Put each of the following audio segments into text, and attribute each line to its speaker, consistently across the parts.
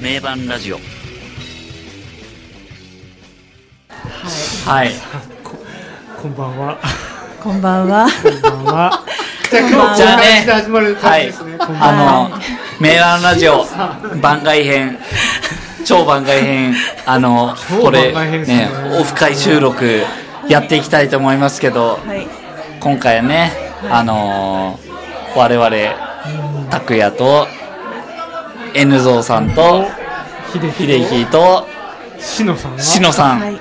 Speaker 1: 名盤ラジオ
Speaker 2: はい。
Speaker 3: こんばんは。
Speaker 4: こんばんは。
Speaker 3: こんばんは。
Speaker 2: じゃあ今
Speaker 4: こ
Speaker 2: 日
Speaker 4: んばんは
Speaker 2: こんな感じ
Speaker 1: じ
Speaker 2: で
Speaker 1: ゃ
Speaker 2: 始まる感じですね。こんばんは
Speaker 1: あの名盤ラジオ番外編超番外編あの
Speaker 3: 超
Speaker 1: これ
Speaker 3: 番外編です
Speaker 1: ね
Speaker 3: ね
Speaker 1: オフ会収録やっていきたいと思いますけど
Speaker 4: はい。
Speaker 1: 今回はねあのー我々拓也と N ゾウさんと
Speaker 3: 秀樹
Speaker 1: 秀樹と
Speaker 3: としのさんは。
Speaker 1: しのさん、
Speaker 4: はい。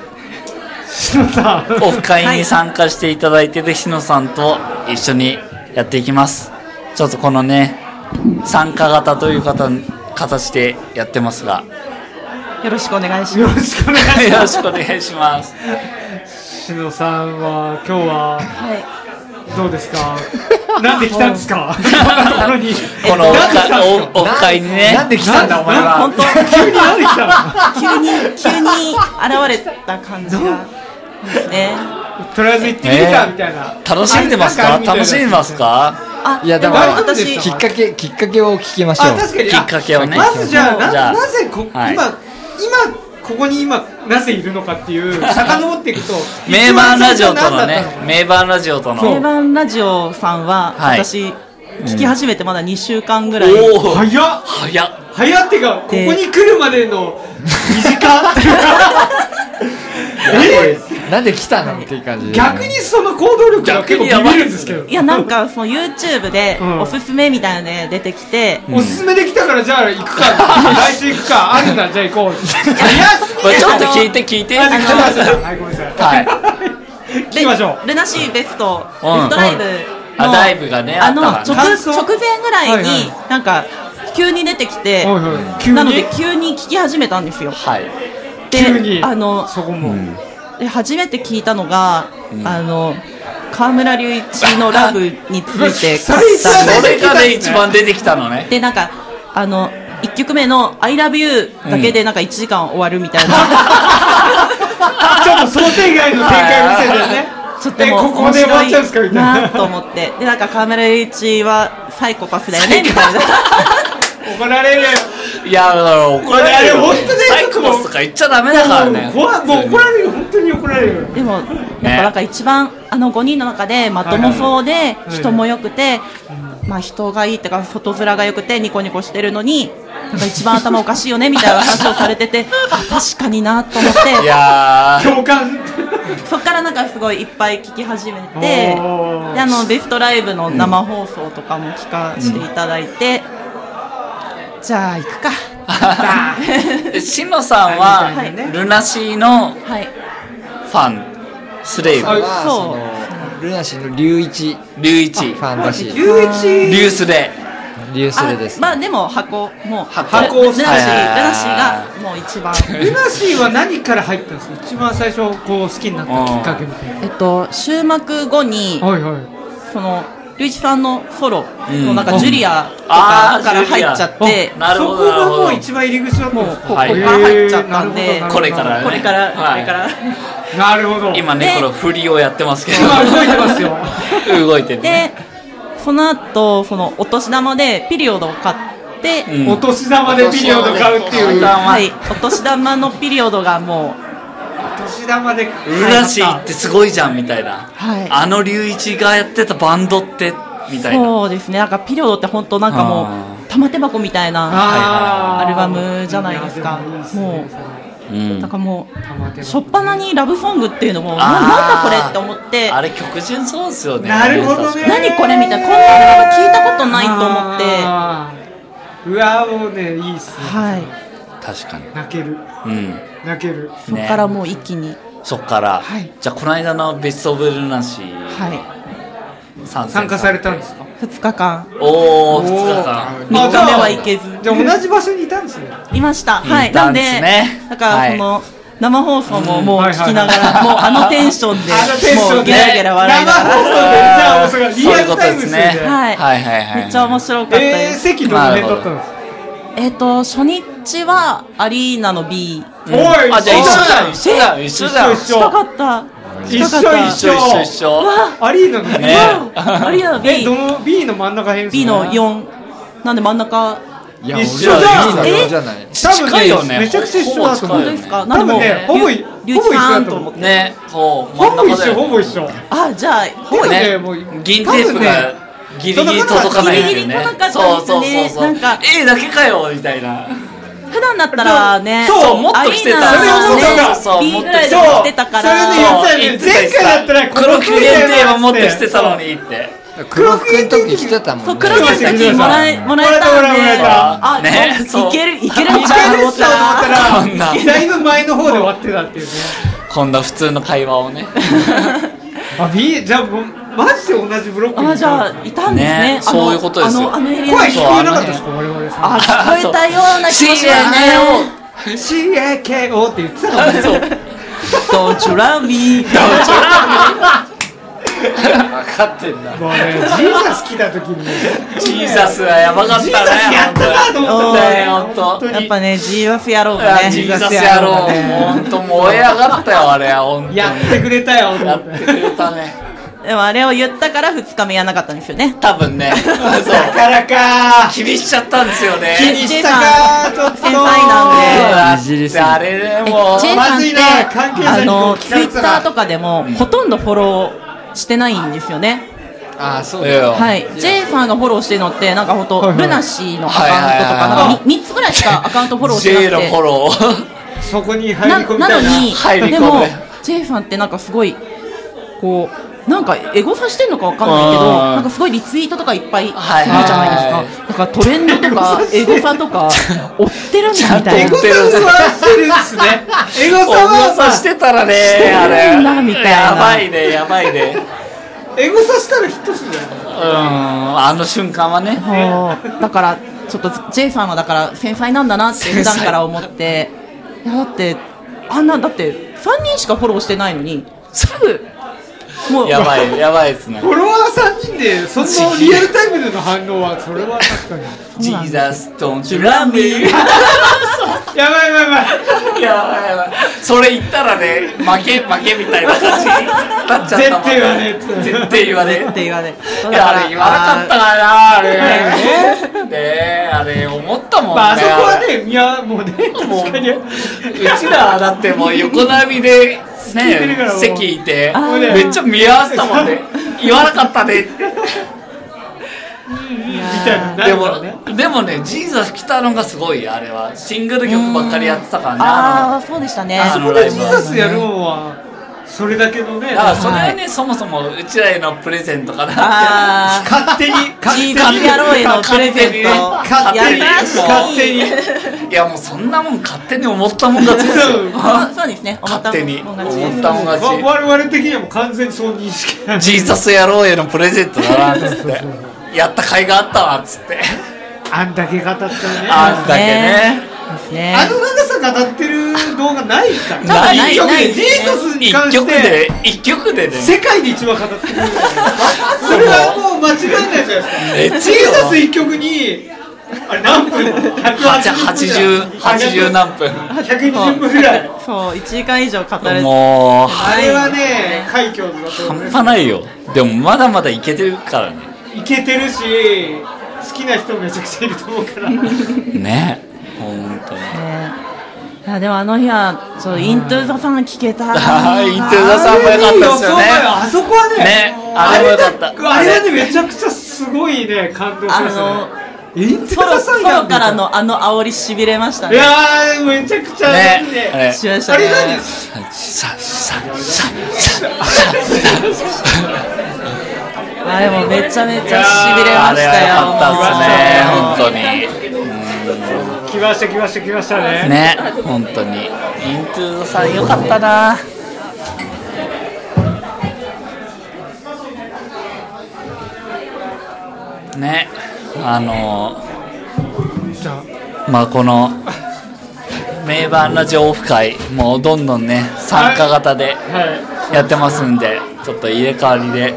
Speaker 3: しのさん。
Speaker 1: オフ会に参加していただいてる日野さんと一緒にやっていきますちょっとこのね参加型という方形でやってます が
Speaker 4: よろしくお願いし
Speaker 3: よ
Speaker 4: ま
Speaker 3: ろしくお願いし
Speaker 1: よろしくお願いします
Speaker 3: ます。しのさんは今日は
Speaker 4: す。はい。
Speaker 3: どうですか。なんで来たんですか。こんなところに。
Speaker 1: このオフ
Speaker 3: なんで来たん
Speaker 1: 会
Speaker 3: ですか
Speaker 1: おオフ会にね
Speaker 2: なんで来たんだお前
Speaker 3: な
Speaker 2: は。
Speaker 4: 本当
Speaker 3: 急になんで来た
Speaker 4: 急に急に現れた感じがですね。
Speaker 3: の。とりあえず行ってみるかみたいな。
Speaker 1: 楽しんでます
Speaker 3: な
Speaker 1: か
Speaker 3: んあるみたいな
Speaker 1: 楽しんでますか
Speaker 4: あ、
Speaker 2: いや
Speaker 4: でも
Speaker 2: だから
Speaker 4: 私
Speaker 2: きっかけきっかけを聞きましょう
Speaker 3: あ。確かに
Speaker 1: きっかけをね
Speaker 3: まずじゃあ
Speaker 1: じゃあ
Speaker 3: ななぜこ、
Speaker 1: はい
Speaker 3: 今今ここに今なぜいるのかっ ていう遡っていくと
Speaker 1: 名盤ラジオとの
Speaker 3: 一番最初は何だ
Speaker 1: ね
Speaker 3: ったの
Speaker 1: 名盤ラジオとの
Speaker 4: 定番ラジオさんは
Speaker 1: はい
Speaker 4: 私聞き始めてまだ2週間ぐらい。
Speaker 1: おお
Speaker 3: 早っ
Speaker 1: 早っ
Speaker 3: 早っってかここ
Speaker 4: で
Speaker 3: に来るまでの短っていうか
Speaker 2: なんで来たのっていう感じで。
Speaker 3: 逆にその行動力が結構ビビるんですけど
Speaker 4: いやなんかその YouTube で
Speaker 3: うん
Speaker 4: おすすめみたいなので出てきて、
Speaker 3: おすすめできたからじゃあ行くか来週行くかあるなじゃあ 行こう早すぎ
Speaker 1: これちょっと聞いて聞いて
Speaker 3: あ
Speaker 1: は
Speaker 3: ちょっと待ってくださいはいごめんなさい
Speaker 1: い
Speaker 3: 聞きましょう
Speaker 4: でルナシーベスト、
Speaker 1: うん
Speaker 4: ベストライブの、
Speaker 1: あライブがねあ
Speaker 4: あ
Speaker 1: った
Speaker 4: の
Speaker 1: からね
Speaker 4: 直
Speaker 3: 感想
Speaker 4: 直前ぐらい
Speaker 3: はい
Speaker 4: になんか急に出てきて、
Speaker 3: おいおい急に
Speaker 4: なので急に聞き始めたんですよ。
Speaker 1: はい
Speaker 4: で
Speaker 3: 急に
Speaker 4: あの
Speaker 3: そこも、
Speaker 4: で初めて聞いたのが、あの川村隆一のラブにつ いて
Speaker 3: それ一番
Speaker 1: それがね
Speaker 3: 出てきた
Speaker 1: 一番出てきたのね
Speaker 4: でなんかあの1曲目の「ILOVEYOU」だけでなんか1時間終わるみたいな、
Speaker 3: ちょっと想定外の展開を見せたよね。
Speaker 4: ちょっと
Speaker 3: え
Speaker 4: もう
Speaker 3: ここで終わっちゃうんですかみ
Speaker 4: 面白い
Speaker 3: たい
Speaker 4: な
Speaker 3: な。
Speaker 4: と思ってでなんか川村隆一はサイコパスだよねみたいな
Speaker 3: 怒られる。
Speaker 1: いやだから怒られるよ
Speaker 3: いやいや本当ね
Speaker 1: サイコパスとか言っちゃダメだからね
Speaker 3: もう怖いもう怒られるよ本当に怒られるよ。
Speaker 4: でもやっぱなんか一番あの5人の中でまともそうで
Speaker 3: はい
Speaker 4: 人も良くて、まあ人がいいってか外面が良くてニコニコしてるのになんか一番頭おかしいよねみたいな話をされ ててあ確かになと思っ
Speaker 1: い
Speaker 4: て
Speaker 1: やー
Speaker 3: 共感。
Speaker 4: そっからなんかすごいいっぱい聞き始めて
Speaker 3: おー
Speaker 4: であのベストライブの生放送とかも聞かせていただいて、じゃあ行 くか
Speaker 1: え しのさん
Speaker 4: は
Speaker 1: はいルナシーのフ
Speaker 4: はい
Speaker 1: ァンスレイブ
Speaker 3: あ
Speaker 2: は
Speaker 4: そう
Speaker 2: そのルナシーの龍一
Speaker 1: 龍一
Speaker 2: ファンらしい。
Speaker 3: 龍一。
Speaker 1: 龍スレ
Speaker 2: 龍スレです。
Speaker 4: まあでも箱もう
Speaker 1: 箱
Speaker 3: 箱
Speaker 4: ルナシール
Speaker 3: はい
Speaker 1: はい
Speaker 4: ナシーがもう 一番
Speaker 3: ルナシーは何から入ったんですか。一番最初こう好きになったきっかけみたいな。
Speaker 4: えっと終幕後に
Speaker 3: はいはい。
Speaker 4: その龍一さんのソロ
Speaker 1: うん
Speaker 4: のなんかジュリアと
Speaker 1: あ
Speaker 4: か
Speaker 1: ー
Speaker 4: から入っちゃって
Speaker 3: あ
Speaker 1: なるほど
Speaker 3: そこが
Speaker 1: なるほ
Speaker 3: も
Speaker 1: ど
Speaker 3: う一番入り口だったんです
Speaker 1: も
Speaker 3: か。
Speaker 1: うここから
Speaker 4: 入っちゃったんで
Speaker 3: へーなるほどなるほど
Speaker 1: これからね
Speaker 4: これからこ
Speaker 1: はい
Speaker 4: れから
Speaker 3: なるほど。
Speaker 1: 今ねこ
Speaker 4: で
Speaker 1: の振りをやってますけ
Speaker 3: 今動いてますよ。
Speaker 1: ど動いてる
Speaker 4: で
Speaker 1: ね
Speaker 4: その後そのお年玉でピリオドを買って、
Speaker 1: うん
Speaker 3: お年玉でビデオを買うっていう。
Speaker 1: お年
Speaker 3: お
Speaker 4: はいお年玉のピリオドがもう
Speaker 3: 年玉で。
Speaker 1: ルナシーってすごいじゃんみたいな
Speaker 4: はい
Speaker 1: あの龍一がやってたバンドってみたいな
Speaker 4: そうですねなんかピリオドって本当なんかも
Speaker 1: あ
Speaker 4: う玉手箱みたいな
Speaker 3: あー
Speaker 4: アルバムじゃないですか
Speaker 3: やでいいっすね
Speaker 4: もう
Speaker 3: それ
Speaker 1: うん
Speaker 4: なんかもう
Speaker 3: 玉手箱
Speaker 4: 初っ端にラブソングっていうのもな
Speaker 1: あ
Speaker 4: な
Speaker 1: ー
Speaker 4: んだこれって思って
Speaker 1: あれ曲順そうですよね
Speaker 3: なるほど
Speaker 1: 確か
Speaker 3: ね
Speaker 1: に
Speaker 4: 何これみたいなこんなアルバム聞いたことないと思って
Speaker 3: あーうわもうねいいっすね
Speaker 4: はい
Speaker 1: 確かに
Speaker 3: 泣ける
Speaker 1: うん
Speaker 3: 泣ける
Speaker 4: そこからもう一気に
Speaker 1: そっから、
Speaker 4: はい
Speaker 1: じゃあこの間のベスト・オブ・ルナシー
Speaker 4: は
Speaker 1: 参戦
Speaker 3: 参加されたんですか
Speaker 4: い2日間
Speaker 1: おお2日間
Speaker 3: おーじゃあ
Speaker 4: 3日目は行けず
Speaker 3: じゃあ同じ場所にいたんですね
Speaker 4: いましたはい
Speaker 1: い
Speaker 4: な
Speaker 1: た
Speaker 4: ん
Speaker 1: ん
Speaker 4: で
Speaker 1: ですね
Speaker 4: だからその生放送ももう聞きなが
Speaker 3: は
Speaker 4: ら
Speaker 3: い
Speaker 4: も うあのテンションで
Speaker 3: あのテンショ
Speaker 4: も
Speaker 3: ン
Speaker 4: う
Speaker 3: で
Speaker 4: ゲラゲラ笑いなが
Speaker 3: 生放送
Speaker 4: ら
Speaker 3: でじゃあそれが
Speaker 1: そう
Speaker 3: リア
Speaker 1: いうこ
Speaker 3: ル
Speaker 1: と
Speaker 3: タイ
Speaker 1: で
Speaker 3: ムですす
Speaker 1: ね
Speaker 3: ね
Speaker 4: はい
Speaker 1: はいはいはい
Speaker 4: めっちゃ面白かった
Speaker 3: えー、
Speaker 4: です
Speaker 3: 席どの辺だったんですか
Speaker 4: えっと初日はアリーナの B
Speaker 3: おい
Speaker 1: あじゃあ
Speaker 3: 一
Speaker 1: 一緒だ一緒だ一緒だ
Speaker 3: 緒
Speaker 4: 近かった
Speaker 3: 一緒
Speaker 4: 近かった
Speaker 3: 一
Speaker 1: 一緒一緒一緒
Speaker 3: アリーナのね
Speaker 1: ね
Speaker 4: アリーナの
Speaker 3: え
Speaker 4: B
Speaker 3: どの B の真ん中辺です
Speaker 4: B の
Speaker 3: 四
Speaker 4: 4なんで真ん中
Speaker 2: いや、
Speaker 3: 一
Speaker 2: 一
Speaker 3: 緒
Speaker 2: 緒
Speaker 3: じゃん
Speaker 2: いいのよじゃない。
Speaker 3: 多分
Speaker 1: 近いよね
Speaker 3: めちゃくちゃ一緒だと思う
Speaker 1: ほぼ近いよね
Speaker 4: 本当ですか
Speaker 3: 多分ね
Speaker 4: なん
Speaker 3: ほぼいほ
Speaker 4: でもう
Speaker 3: ぼ一緒だ
Speaker 4: さん
Speaker 3: と思う
Speaker 1: ねそう
Speaker 3: ほぼ一緒ほ
Speaker 1: ぼ
Speaker 3: ぼ一緒
Speaker 4: あじゃあほぼ
Speaker 3: ぼ
Speaker 4: ね
Speaker 3: ね
Speaker 1: ね
Speaker 3: もう
Speaker 1: 銀テープがギリギリ届かないんだよね
Speaker 4: 届かなかった
Speaker 1: そうそうそう
Speaker 4: な
Speaker 1: そうん
Speaker 4: か
Speaker 1: A だけかよみたいな
Speaker 4: 普段だったらね
Speaker 3: そう
Speaker 1: もっと来てた
Speaker 4: アリーナ
Speaker 3: それ思った
Speaker 4: はね B ぐらいで
Speaker 3: そう
Speaker 4: 来てたから
Speaker 3: それで言っ
Speaker 1: そう
Speaker 3: たよ
Speaker 1: 言
Speaker 3: ね
Speaker 1: ってた言
Speaker 3: 前
Speaker 1: って
Speaker 3: 回だ
Speaker 1: た
Speaker 3: ったら
Speaker 1: 黒木限定はもっと
Speaker 3: 黒木
Speaker 1: 来てたのにって
Speaker 2: 黒服の時来てたも
Speaker 4: そうん
Speaker 2: ね
Speaker 4: 黒。毛の時もらえもらえたんで
Speaker 3: もらえ
Speaker 1: た
Speaker 4: あ
Speaker 1: もらえたねそう
Speaker 4: いけるいける
Speaker 3: 一
Speaker 4: んちゃ
Speaker 3: 回で
Speaker 4: うと思
Speaker 3: し
Speaker 4: った
Speaker 3: と思った
Speaker 1: こんな
Speaker 3: たらだいぶ前の方で終わってたっていうね
Speaker 1: こんな普通の会話をね
Speaker 3: あ B じゃあもうマジで同じブロックにいた
Speaker 4: あじゃあいたんですね
Speaker 1: ね
Speaker 4: あの
Speaker 1: そういうことですよ
Speaker 4: あのあのエリア
Speaker 3: 声
Speaker 4: に
Speaker 3: 聞こえなかったですか我々さ
Speaker 4: あ聞こえたような気もしますね
Speaker 3: CAKO って言ってたのね
Speaker 4: Don't you love me
Speaker 1: 分かってんだ
Speaker 3: もうねジーザス来た時に
Speaker 1: ジーザスはやばかったね
Speaker 3: ジーザスやったなと思ったね
Speaker 1: 本当に
Speaker 3: 本当に
Speaker 4: やっぱね G ワフやろう
Speaker 1: いや
Speaker 4: ね
Speaker 1: ジー
Speaker 3: ザ
Speaker 1: ザ
Speaker 3: ス
Speaker 1: ス
Speaker 3: や
Speaker 1: や
Speaker 3: ろ
Speaker 1: ろ
Speaker 3: う
Speaker 1: う
Speaker 3: ね
Speaker 1: 本当燃え上がったよあれは本当に
Speaker 3: やってくれたよと思
Speaker 1: や
Speaker 3: っ
Speaker 1: っててくれたね
Speaker 4: でもあれを言ったから2日目やらなかったんですよね
Speaker 1: 多分ね
Speaker 3: だ
Speaker 1: そ
Speaker 3: からか
Speaker 1: う気にしちゃったんですよね
Speaker 3: 気にしたかちょっと
Speaker 4: 繊細なんで
Speaker 1: だ
Speaker 2: いじり
Speaker 1: っ
Speaker 2: す
Speaker 1: て
Speaker 2: ぎて
Speaker 1: あれでもう
Speaker 4: ジェイさん
Speaker 3: ま
Speaker 4: っ
Speaker 3: ずい
Speaker 4: て、
Speaker 3: な関係者
Speaker 4: あ
Speaker 3: にこう
Speaker 4: の、
Speaker 3: 聞
Speaker 4: ツ
Speaker 3: か
Speaker 4: イ
Speaker 3: れて
Speaker 4: ッ
Speaker 3: た
Speaker 4: タ
Speaker 3: ら
Speaker 4: ーとかでも、ほとんどフォローしてないんですよね。
Speaker 2: ああ、そう
Speaker 1: いやいや
Speaker 2: だ。
Speaker 4: はい。ジェイさんがフォローしてるのって、なんかほんと、ルナシーのアカウントと
Speaker 1: は
Speaker 4: か、
Speaker 1: いはいはい
Speaker 4: なんか3つぐらいしかアカウントフォローし
Speaker 1: J
Speaker 4: てな
Speaker 1: の
Speaker 4: くて
Speaker 1: フォ。ロー
Speaker 3: そこに入り
Speaker 4: な
Speaker 3: 込み
Speaker 4: な
Speaker 3: た
Speaker 4: の
Speaker 3: いな
Speaker 4: に
Speaker 1: 入り込んで
Speaker 4: でもジェイさんってなんかすごいこうなんかエゴサしてんのかわかんないけど
Speaker 1: うん
Speaker 4: なんかすごいリツイートとかいっぱいするじ
Speaker 1: はい
Speaker 4: ゃないですかだからトレンドとかエゴサ とか追ってるんだみたい
Speaker 1: エ
Speaker 4: な
Speaker 1: ゴ
Speaker 3: エゴサはしてるんですねエゴサは
Speaker 1: 重さしてたらねあれ
Speaker 4: してるんだみたいな
Speaker 1: やばいねやばいね
Speaker 3: エゴサしたらヒットするんじゃな
Speaker 1: うーんあの瞬間はね
Speaker 4: そうだからちょっと J さんはだから繊細なんだなって普段から思っていやだってあんなだって3人しかフォローしてないのにすぐもう
Speaker 1: やばいやばいですね
Speaker 3: フォロワー3人でそのリアルタイムでの反応はそれは確かに
Speaker 4: そうなんで
Speaker 1: Jesus
Speaker 4: す
Speaker 1: don't you love me
Speaker 3: やばいやばいやばい
Speaker 1: やばいやばいそれ言ったらね負け負けみたいな感じになっちゃったもん
Speaker 3: 絶対言わねえ
Speaker 1: 絶対言わねえ
Speaker 4: って言われだ
Speaker 1: いやあれ言わなかったからなあれねあれ思ったもんね
Speaker 3: まああそこはねいやもうね確かに
Speaker 1: うちらだってもう横並びで
Speaker 3: てる
Speaker 1: ね
Speaker 3: からもう
Speaker 1: 席いて
Speaker 4: あー
Speaker 1: めっちゃ見合わせたもん ね言わなかったねって
Speaker 3: みたいなな
Speaker 1: で
Speaker 3: るからね
Speaker 1: もでもねジーザス来たのがすごいあれはシングル曲ばっかりやってたからね
Speaker 4: あ
Speaker 1: あ
Speaker 4: あそうでしたね
Speaker 1: あ
Speaker 3: そ
Speaker 1: の
Speaker 3: こ
Speaker 1: ライ
Speaker 3: で
Speaker 1: ブ
Speaker 3: ジ
Speaker 1: は
Speaker 3: ーザスやるのはそれだけのね
Speaker 1: のだからそれはねそもそもうちらへのプレゼントかなって
Speaker 4: ああ
Speaker 3: 勝手 に勝手
Speaker 4: チ
Speaker 3: に
Speaker 4: ーズ野郎へのプレゼント
Speaker 1: 勝手に
Speaker 4: やらしい
Speaker 1: 勝手いやもうそんなもん勝手に思ったもん勝 ちですよ
Speaker 4: そうそうですね思った
Speaker 1: 勝手に
Speaker 4: も
Speaker 1: 思
Speaker 4: ん
Speaker 1: っ
Speaker 4: 勝ちです
Speaker 1: たもん勝ち
Speaker 3: わ我々的にはもう完全にそう認識なんで
Speaker 1: ジーザス野郎へのプレゼントだなっつってやった甲斐があったわっつって
Speaker 3: あんだけ語ったらね
Speaker 1: あんだけね
Speaker 4: ですね
Speaker 3: あの長さ語ってる動画ないから
Speaker 4: なんかない
Speaker 1: 一曲
Speaker 4: な
Speaker 1: で
Speaker 4: い
Speaker 3: ジーザスに関
Speaker 1: 一
Speaker 3: し
Speaker 1: 曲
Speaker 3: て
Speaker 1: で一曲でね
Speaker 3: 世界で一番語ってるそれはもう間違いないじゃないですかジーザス一曲にあれ何分
Speaker 1: 8080 80何分
Speaker 3: 120分ぐらい
Speaker 4: そう1時間以上語る
Speaker 1: もう
Speaker 3: あれはね快挙だと
Speaker 1: 半
Speaker 3: 思
Speaker 1: 端ないよでもまだまだいけてるからね
Speaker 3: ういけてるし好きな人めちゃくちゃいると思うから
Speaker 1: ね本当に
Speaker 4: ねいやでもあの日はそうイントゥーザさん聞けた
Speaker 1: あーイントゥーザさ
Speaker 3: あ
Speaker 1: んも
Speaker 3: れ
Speaker 1: 良か
Speaker 3: に
Speaker 1: ったで
Speaker 3: 予想
Speaker 1: すよね
Speaker 3: 外あそこはね
Speaker 1: ね
Speaker 3: あ
Speaker 1: あれ
Speaker 3: れ
Speaker 1: も良
Speaker 3: だ
Speaker 1: かっ
Speaker 3: っ
Speaker 1: た
Speaker 3: たあれはねめちゃくちゃすごいね感動しましたねインテ
Speaker 4: ソロ
Speaker 3: ラ
Speaker 4: ソ
Speaker 3: さんやん
Speaker 4: ロからのあの煽りしびれました
Speaker 3: い
Speaker 4: ね
Speaker 3: やーめちゃくちゃいい
Speaker 1: ねあ
Speaker 3: ね
Speaker 1: れ
Speaker 4: しました
Speaker 3: あ
Speaker 4: ね
Speaker 3: れ何
Speaker 1: さささ
Speaker 4: あれもめちゃめちゃしびれ
Speaker 1: あ
Speaker 4: ま
Speaker 1: れ
Speaker 4: し
Speaker 1: は
Speaker 4: た
Speaker 1: 良
Speaker 4: よ
Speaker 1: かったっすね本当に
Speaker 3: 来ました来ました来ましたね
Speaker 1: ね本当にイントゥーザさん良かったなねあの
Speaker 3: じゃあ
Speaker 1: まあこの名盤ラジオオフ会もうどんどんね参加型で
Speaker 3: はい
Speaker 1: やってますんでちょっと入れ替わりで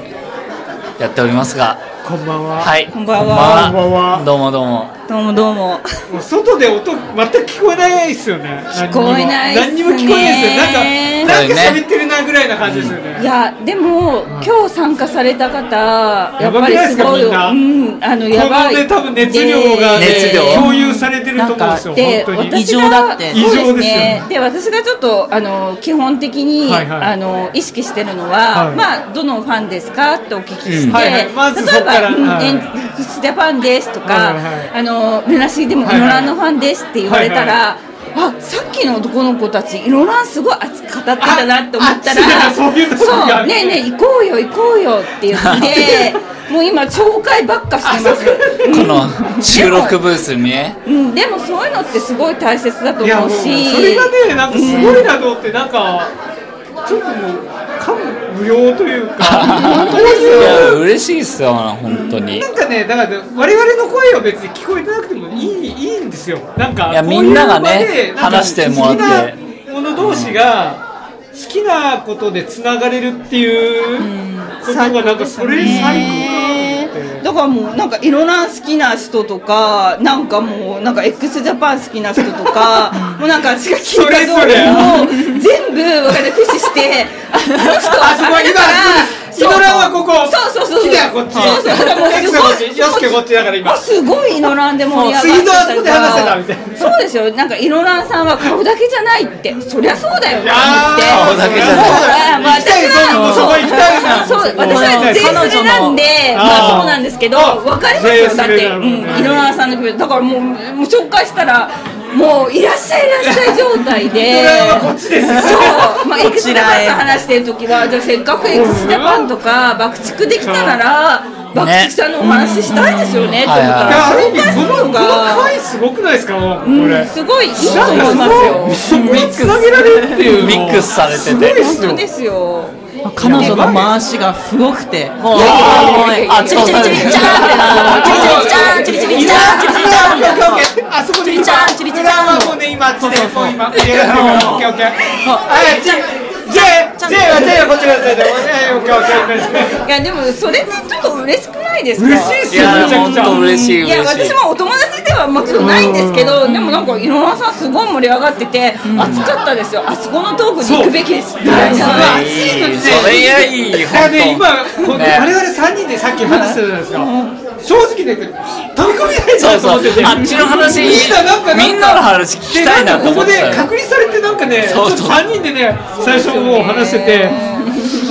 Speaker 1: やっておりますが
Speaker 3: こんばんは
Speaker 1: はい
Speaker 4: こんばんは
Speaker 1: こ
Speaker 3: こんばんは
Speaker 1: どうもどうも
Speaker 5: どうもどうも。
Speaker 3: もう外で音全く聞こえないですよね聞
Speaker 5: こえないっすね
Speaker 3: 何にも聞こえないですよなんかなんか喋ってるなぐらいな感じですよね
Speaker 5: いやでも、今日参加された方やっぱりすごい
Speaker 3: やばくな
Speaker 5: う
Speaker 3: い
Speaker 5: んあのや
Speaker 3: この
Speaker 5: ばい
Speaker 3: ね多分熱量がね
Speaker 5: で
Speaker 1: 熱量
Speaker 3: 共有されてると思うんですよ
Speaker 5: で
Speaker 3: 本当に
Speaker 5: 私が
Speaker 4: 異常だって
Speaker 5: そう
Speaker 3: 異常で
Speaker 5: で
Speaker 3: すすよ
Speaker 5: ね
Speaker 3: ね。
Speaker 5: で私がちょっとあの基本的に、
Speaker 3: はいはい
Speaker 5: あの意識してるのは、
Speaker 3: はい
Speaker 5: まあどのファンですかってお聞きして、
Speaker 1: うん
Speaker 3: はいはいまず
Speaker 5: 例え
Speaker 3: そこから
Speaker 5: ば、うん
Speaker 3: はい
Speaker 5: エンジャパンですとか、
Speaker 3: はいはい
Speaker 5: あのルナシーでもイ
Speaker 3: はいはい
Speaker 5: ロランのファンですって言われたら。
Speaker 3: はい
Speaker 5: あさっきの男の子たちいろランすごい熱く語ってたなって思ったら
Speaker 3: あ そういうところがある
Speaker 5: そうねえねえ行こうよ行こうよって 言ってもう今紹介ばっかしてます
Speaker 1: この収録ブースにね
Speaker 5: うん、でもそういうのってすごい大切だと
Speaker 3: いや
Speaker 5: 思
Speaker 3: も
Speaker 5: う
Speaker 3: うそ
Speaker 5: し
Speaker 3: れがねなんかすごいなと思ってなんかちょっともう感無用というか 本当です
Speaker 1: い
Speaker 3: よ
Speaker 1: や嬉しいっすよ本当にい
Speaker 3: なんかね、だから我々の声は別に聞こえてなくてもいいいいんですよ。なんか
Speaker 1: や
Speaker 3: こういう
Speaker 1: みんながね
Speaker 3: 場でなんか
Speaker 1: 話してもらって
Speaker 3: 好きなもの同士が好きなことでつながれるっていうことがなんかそれ最高だなと思って。
Speaker 5: だからもうなんかいろんな好きな人とかなんかもうなんか x ジャパン好きな人 とかもうなんか私が聞いた
Speaker 3: それ
Speaker 5: 動画を全部私が駆使してあこの人は
Speaker 3: あそこ
Speaker 5: あれだから
Speaker 3: 今イノランはここ
Speaker 5: そうそうそう
Speaker 3: キダはこっち
Speaker 5: そうそうだからもうすごい
Speaker 3: エクサこっちヨシケこっちだから今
Speaker 5: もうすごいイノランで盛り上がって
Speaker 3: そう水道あそこで話してたみたいな
Speaker 5: そうですよなんかイノランさんは顔だけじゃないってそりゃそうだよ
Speaker 3: い
Speaker 5: ね
Speaker 3: や
Speaker 5: って
Speaker 3: ー
Speaker 1: 顔だけじゃない
Speaker 5: もうあまあ
Speaker 3: 行きたい
Speaker 5: 私は
Speaker 3: そこ行きたいな
Speaker 5: そう私は
Speaker 3: 行きたい
Speaker 5: 全世なんで
Speaker 3: の
Speaker 5: まあ
Speaker 3: あー
Speaker 5: そうなんですけど
Speaker 3: あ
Speaker 5: わかりますよだ
Speaker 3: 全
Speaker 5: って
Speaker 3: 世代だ
Speaker 5: う
Speaker 3: もん
Speaker 5: ん
Speaker 3: ね
Speaker 5: イノランさんの曲だからもうもう紹介したらもういらっしゃいいらっしゃい状態で
Speaker 3: イノランはこっちです
Speaker 5: そうまあエク
Speaker 4: こ
Speaker 5: ス
Speaker 4: ち
Speaker 5: ジャ
Speaker 4: ら
Speaker 5: パン
Speaker 4: へ
Speaker 5: と話してる時はじゃあせっかくエクスジャパンとか爆竹できたなら爆竹さんのお話したいですよねって思った
Speaker 1: うん
Speaker 3: いや
Speaker 5: ら
Speaker 3: ある意
Speaker 5: 紹
Speaker 3: 味
Speaker 5: 介す
Speaker 3: こ
Speaker 5: る
Speaker 3: のこ
Speaker 5: の
Speaker 3: の回
Speaker 5: が
Speaker 3: すごくないですかもうこ
Speaker 5: う
Speaker 3: れ
Speaker 5: ん。すごいいいと思いますよ
Speaker 3: そこにつなげられるっていうの
Speaker 1: ミックスされてて
Speaker 3: すごいっ
Speaker 5: 本
Speaker 3: すよ
Speaker 5: 当ですよ
Speaker 4: まあ彼女の回しがすごくてもう
Speaker 1: あ
Speaker 4: チリチリチリチャーンってなチリチリチャーンチリチリチャーンチリチリチャーンってな
Speaker 3: あそこで今
Speaker 4: チリチャーンチリチャーン
Speaker 3: 裏はもうね今そうそうそう今盛り上がってるからオッケーオッケーはいじゃじゃじゃはじゃこっちらでオッケーオッケー
Speaker 5: いやでもそれってちょっと嬉しくないですか
Speaker 3: 嬉しいっす
Speaker 1: い
Speaker 3: よ
Speaker 1: や
Speaker 3: めちゃ
Speaker 1: 本
Speaker 3: くちゃ
Speaker 1: 当嬉しい
Speaker 5: いや
Speaker 1: 嬉しい
Speaker 5: 私もお友達ではもちろんないんですけどでもなんか井上さんすごい盛り上がってて熱かったですよあそこのトークに行くべきですみたいな
Speaker 3: 暑いのにね
Speaker 1: それがいい
Speaker 3: いやね
Speaker 1: 本
Speaker 3: 今こう
Speaker 1: ね
Speaker 3: 我々三人でさっき話してたじゃないですか正直ね飛び込みない
Speaker 1: 当そ
Speaker 3: な
Speaker 1: うそ
Speaker 3: と思っ
Speaker 1: う
Speaker 3: てて
Speaker 1: あっちの話
Speaker 3: みんななんか
Speaker 1: みんなの話聞きたいな
Speaker 3: で
Speaker 1: と
Speaker 3: ん
Speaker 1: 思
Speaker 3: かここ
Speaker 1: って
Speaker 3: で
Speaker 1: た
Speaker 3: 隔離されてなんかねち
Speaker 1: そ
Speaker 3: ょ
Speaker 1: う
Speaker 3: っ
Speaker 1: そう
Speaker 3: と三人でね最初もう話してて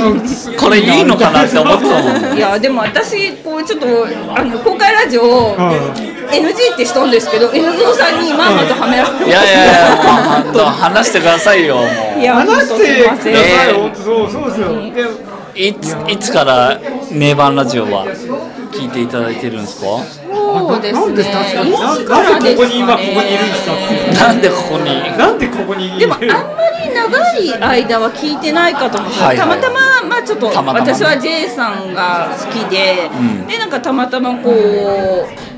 Speaker 3: うん
Speaker 1: これいいのかなって思ってたもん
Speaker 5: いやでも私こうちょっとあの公開ラジオ
Speaker 3: ん
Speaker 5: NG ってしたんですけど N ゾウさんにまんまとはめられて
Speaker 1: いやいやいやもう本当話してくださいよもう
Speaker 5: いや本
Speaker 3: 話
Speaker 5: 当
Speaker 3: し
Speaker 5: すい
Speaker 3: て
Speaker 5: ま
Speaker 3: く
Speaker 5: せ
Speaker 1: い
Speaker 3: だ
Speaker 1: や
Speaker 5: ん
Speaker 3: さい本当そうそうですよで
Speaker 1: いついつからネイバンラジオは聞いていただいてるんですか
Speaker 5: そうですねい
Speaker 3: な
Speaker 5: つから
Speaker 3: なんで
Speaker 5: です
Speaker 3: ここ
Speaker 5: か
Speaker 3: に今ここにいるんですか
Speaker 5: ね
Speaker 1: なんでここに
Speaker 3: なんでここにいる
Speaker 5: でもあんまり長い間は聞いてないかと思って、
Speaker 1: はい
Speaker 5: たまたま、まあ、ちょっと
Speaker 1: たまたまね
Speaker 5: 私は J さんが好きで、
Speaker 1: ん
Speaker 5: でなんかたまたまこう。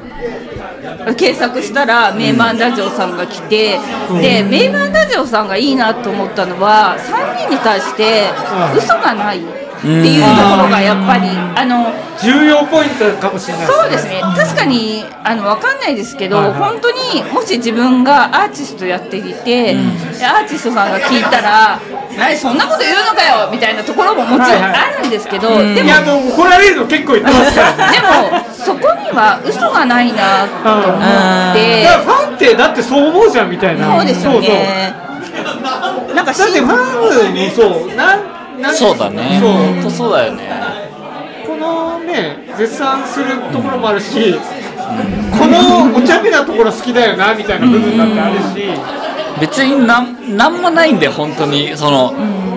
Speaker 5: 検索したら名盤ラジオさんが来て、で名盤ラジオさんがいいなと思ったのは3人に対して嘘がないっていうところがやっぱりあの
Speaker 3: 重要ポイントかもしれない
Speaker 5: そうですね確かにあのわかんないですけど、
Speaker 3: はいはい
Speaker 5: 本当にもし自分がアーティストやっていて、でアーティストさんが聞いたら「何そんなこと言うのかよ」みたいなところももちろん
Speaker 3: はいはい
Speaker 5: あるんですけど、で
Speaker 3: い
Speaker 5: も
Speaker 3: やもう怒られるの結構言ってますから
Speaker 5: でもそこには嘘がないなと思って
Speaker 3: いや、ファンってだってそう思うじゃんみたいな
Speaker 5: そうですよね。なんかし
Speaker 3: そうそうだってファンもそうなんなん
Speaker 1: そうだね
Speaker 3: そう
Speaker 1: 本当そうだよね
Speaker 3: このね絶賛するところもあるし、このお茶目なところ好きだよなみたいな部分だってあるし、
Speaker 1: 別になんなんもないんで本当にその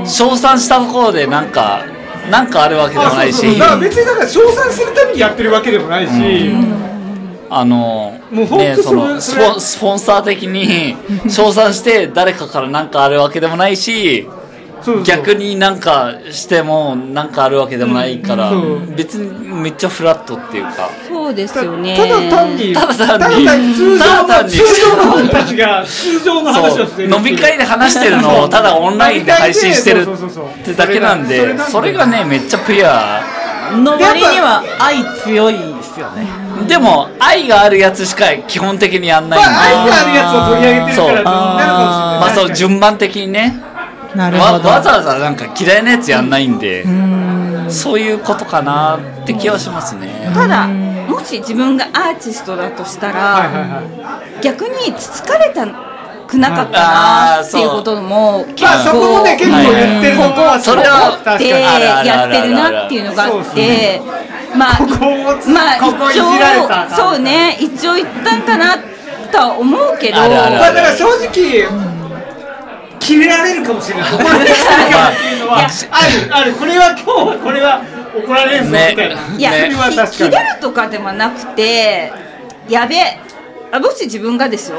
Speaker 1: 称賛したところでなんかなんかあるわけでも
Speaker 3: あ
Speaker 1: な
Speaker 3: そう
Speaker 1: いし
Speaker 3: そうだから別にだから称賛するためにやってるわけでもないし、
Speaker 1: あの
Speaker 3: もうほんと
Speaker 1: ねそ
Speaker 3: それ
Speaker 1: のス
Speaker 3: それ
Speaker 1: ポンスポンサー的に 称賛して誰かからなんかあるわけでもないし
Speaker 3: そうそう
Speaker 1: 逆になんかしてもなんかあるわけでもないから
Speaker 3: うんそう
Speaker 1: 別にめっちゃフラットっていうか
Speaker 5: そうです
Speaker 3: た
Speaker 5: よね。
Speaker 3: ただ単に
Speaker 1: ただ単に
Speaker 3: 通常
Speaker 1: ただ
Speaker 3: の
Speaker 1: 単に
Speaker 3: 通常のファンたちが通常の話をしてるっていう
Speaker 1: 飲み会で話してるのをただオンラインで配信してる
Speaker 3: そうそうそうそう
Speaker 1: ってだけなんでそれがねめっちゃピュア
Speaker 4: の割には愛強いですよね
Speaker 1: でも愛があるやつしか基本的にやんないんで、
Speaker 3: まあ、愛があるやつを取り上げてるから
Speaker 1: そう
Speaker 3: なるかもしれない。
Speaker 1: まあそう順番的にね
Speaker 4: なる
Speaker 1: わ
Speaker 4: ほど。
Speaker 1: わざわざなんか嫌いなやつやんないんで、そういうことかなって気はしますね、
Speaker 5: ただもし自分がアーティストだとしたら、
Speaker 3: はいはいはい。
Speaker 5: 逆につつかれたくなかったなっていうことも結構、
Speaker 3: まあそこもね結構言ってるの
Speaker 5: ここ
Speaker 3: は
Speaker 5: それ
Speaker 3: は
Speaker 5: を
Speaker 3: 確かに
Speaker 5: でやってるなっていうのがあ
Speaker 3: そう
Speaker 5: っ
Speaker 3: で
Speaker 5: てまあ
Speaker 3: ここをつ
Speaker 5: まあ
Speaker 3: ここい
Speaker 5: 一
Speaker 3: じられたらあかん
Speaker 5: 応そうね一応言ったんかなとは思うけど
Speaker 1: あるある
Speaker 3: まあだから正直、決められるかもしれない。怒られるかもしれないっていうのは、ある、ある。これは今日は、これは怒られるぞみたいな。
Speaker 5: いや、
Speaker 3: それは
Speaker 5: き
Speaker 3: 確
Speaker 5: 切
Speaker 3: か
Speaker 5: れ
Speaker 3: に。
Speaker 5: るとかではなくてやべえあもし自分がですよ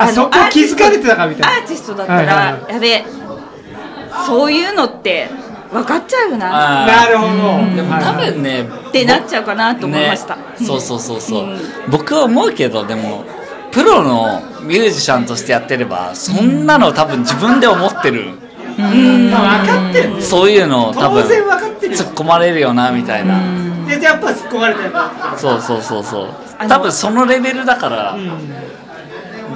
Speaker 3: あ
Speaker 5: の
Speaker 3: そこ
Speaker 5: アーティ
Speaker 3: 気
Speaker 5: スト
Speaker 3: づかれてたかみたいな
Speaker 5: アーティストだったら、
Speaker 3: はいはいは
Speaker 5: やべえそういうのって分かっちゃうよ
Speaker 1: あ
Speaker 5: な
Speaker 1: ー
Speaker 3: なるほど。はい
Speaker 1: 多分ね
Speaker 5: ってなっちゃうかなと思いました、
Speaker 1: ね、そうそうそうそう、
Speaker 5: ん
Speaker 1: 僕は思うけどでもプロのミュージシャンとしてやってればそんなの多分自分で思ってる、
Speaker 3: まあ分かってる。
Speaker 1: そういうのを多分
Speaker 3: 当然分かってるよ
Speaker 1: 突っ込まれるよなみたいな、
Speaker 3: で、やっぱ突っ込まれたよ。
Speaker 1: そうそうそうそう
Speaker 5: あの
Speaker 1: 多分そのレベルだから
Speaker 3: ん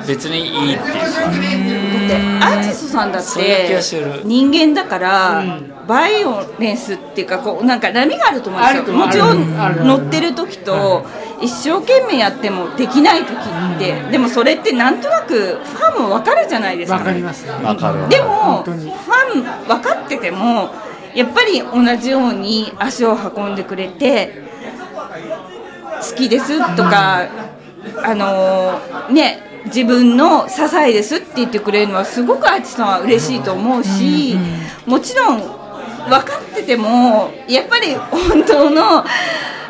Speaker 1: 別にいいっていうか、
Speaker 5: だってアーティストさんだっ
Speaker 1: そういう気
Speaker 5: て
Speaker 1: がする
Speaker 5: 人間だから、バイオレンスっていうかこうなんか波があると思うんです
Speaker 3: ある
Speaker 5: よ
Speaker 3: と思う
Speaker 5: もちろ
Speaker 3: あるある
Speaker 5: ん乗ってる時と一生懸命やってもできない時って、でもそれってなんとなくファンも分かるじゃないですか
Speaker 3: 分かりますね。
Speaker 1: わかるわ
Speaker 5: でもフ
Speaker 3: 当に
Speaker 5: ァン分かっててもやっぱり同じように足を運んでくれて好きですとか、あのーね自分の支えですって言ってくれるのはすごくアーティストは嬉しいと思うし、もちろん分かっててもやっぱり本当の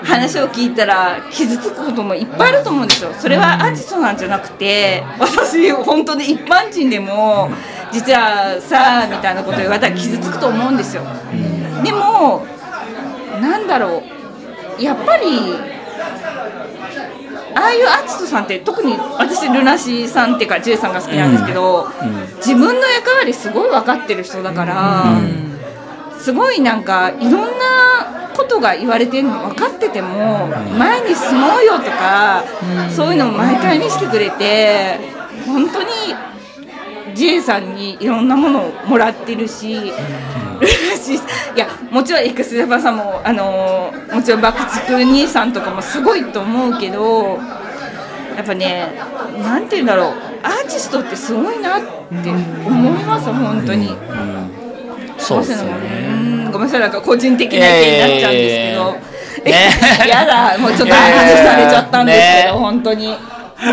Speaker 5: 話を聞いたら傷つくこともいっぱいあると思うんですよそれはアーティストなんじゃなくて私本当に一般人でも実はさあみたいなこと言われたら傷つくと思うんですよ。でもなんだろうやっぱりああいうアーティストさんって特に私ルナシーさんっていうか J さんが好きなんですけど、自分の役割すごい分かってる人だから、すごいなんかいろんなことが言われてるの分かってても、前に進もうよとか、そういうのを毎回見せてくれて本当に J さんにいろんなものをもらってるし、 ルナシーいやもちろん x ジャパンさんも、あのーもちろん爆竹兄さんとかもすごいと思うけどやっぱねなんて言うんだろうアーティストってすごいなって思います本当に。
Speaker 1: そうですよ
Speaker 5: う
Speaker 1: ね
Speaker 5: ーんごめんなさいなんか個人的な意見になっちゃうんですけど、
Speaker 1: いやいやいやいやね
Speaker 5: やだもうちょっと話されちゃったんですけど、
Speaker 1: ね
Speaker 5: 本当に。
Speaker 1: の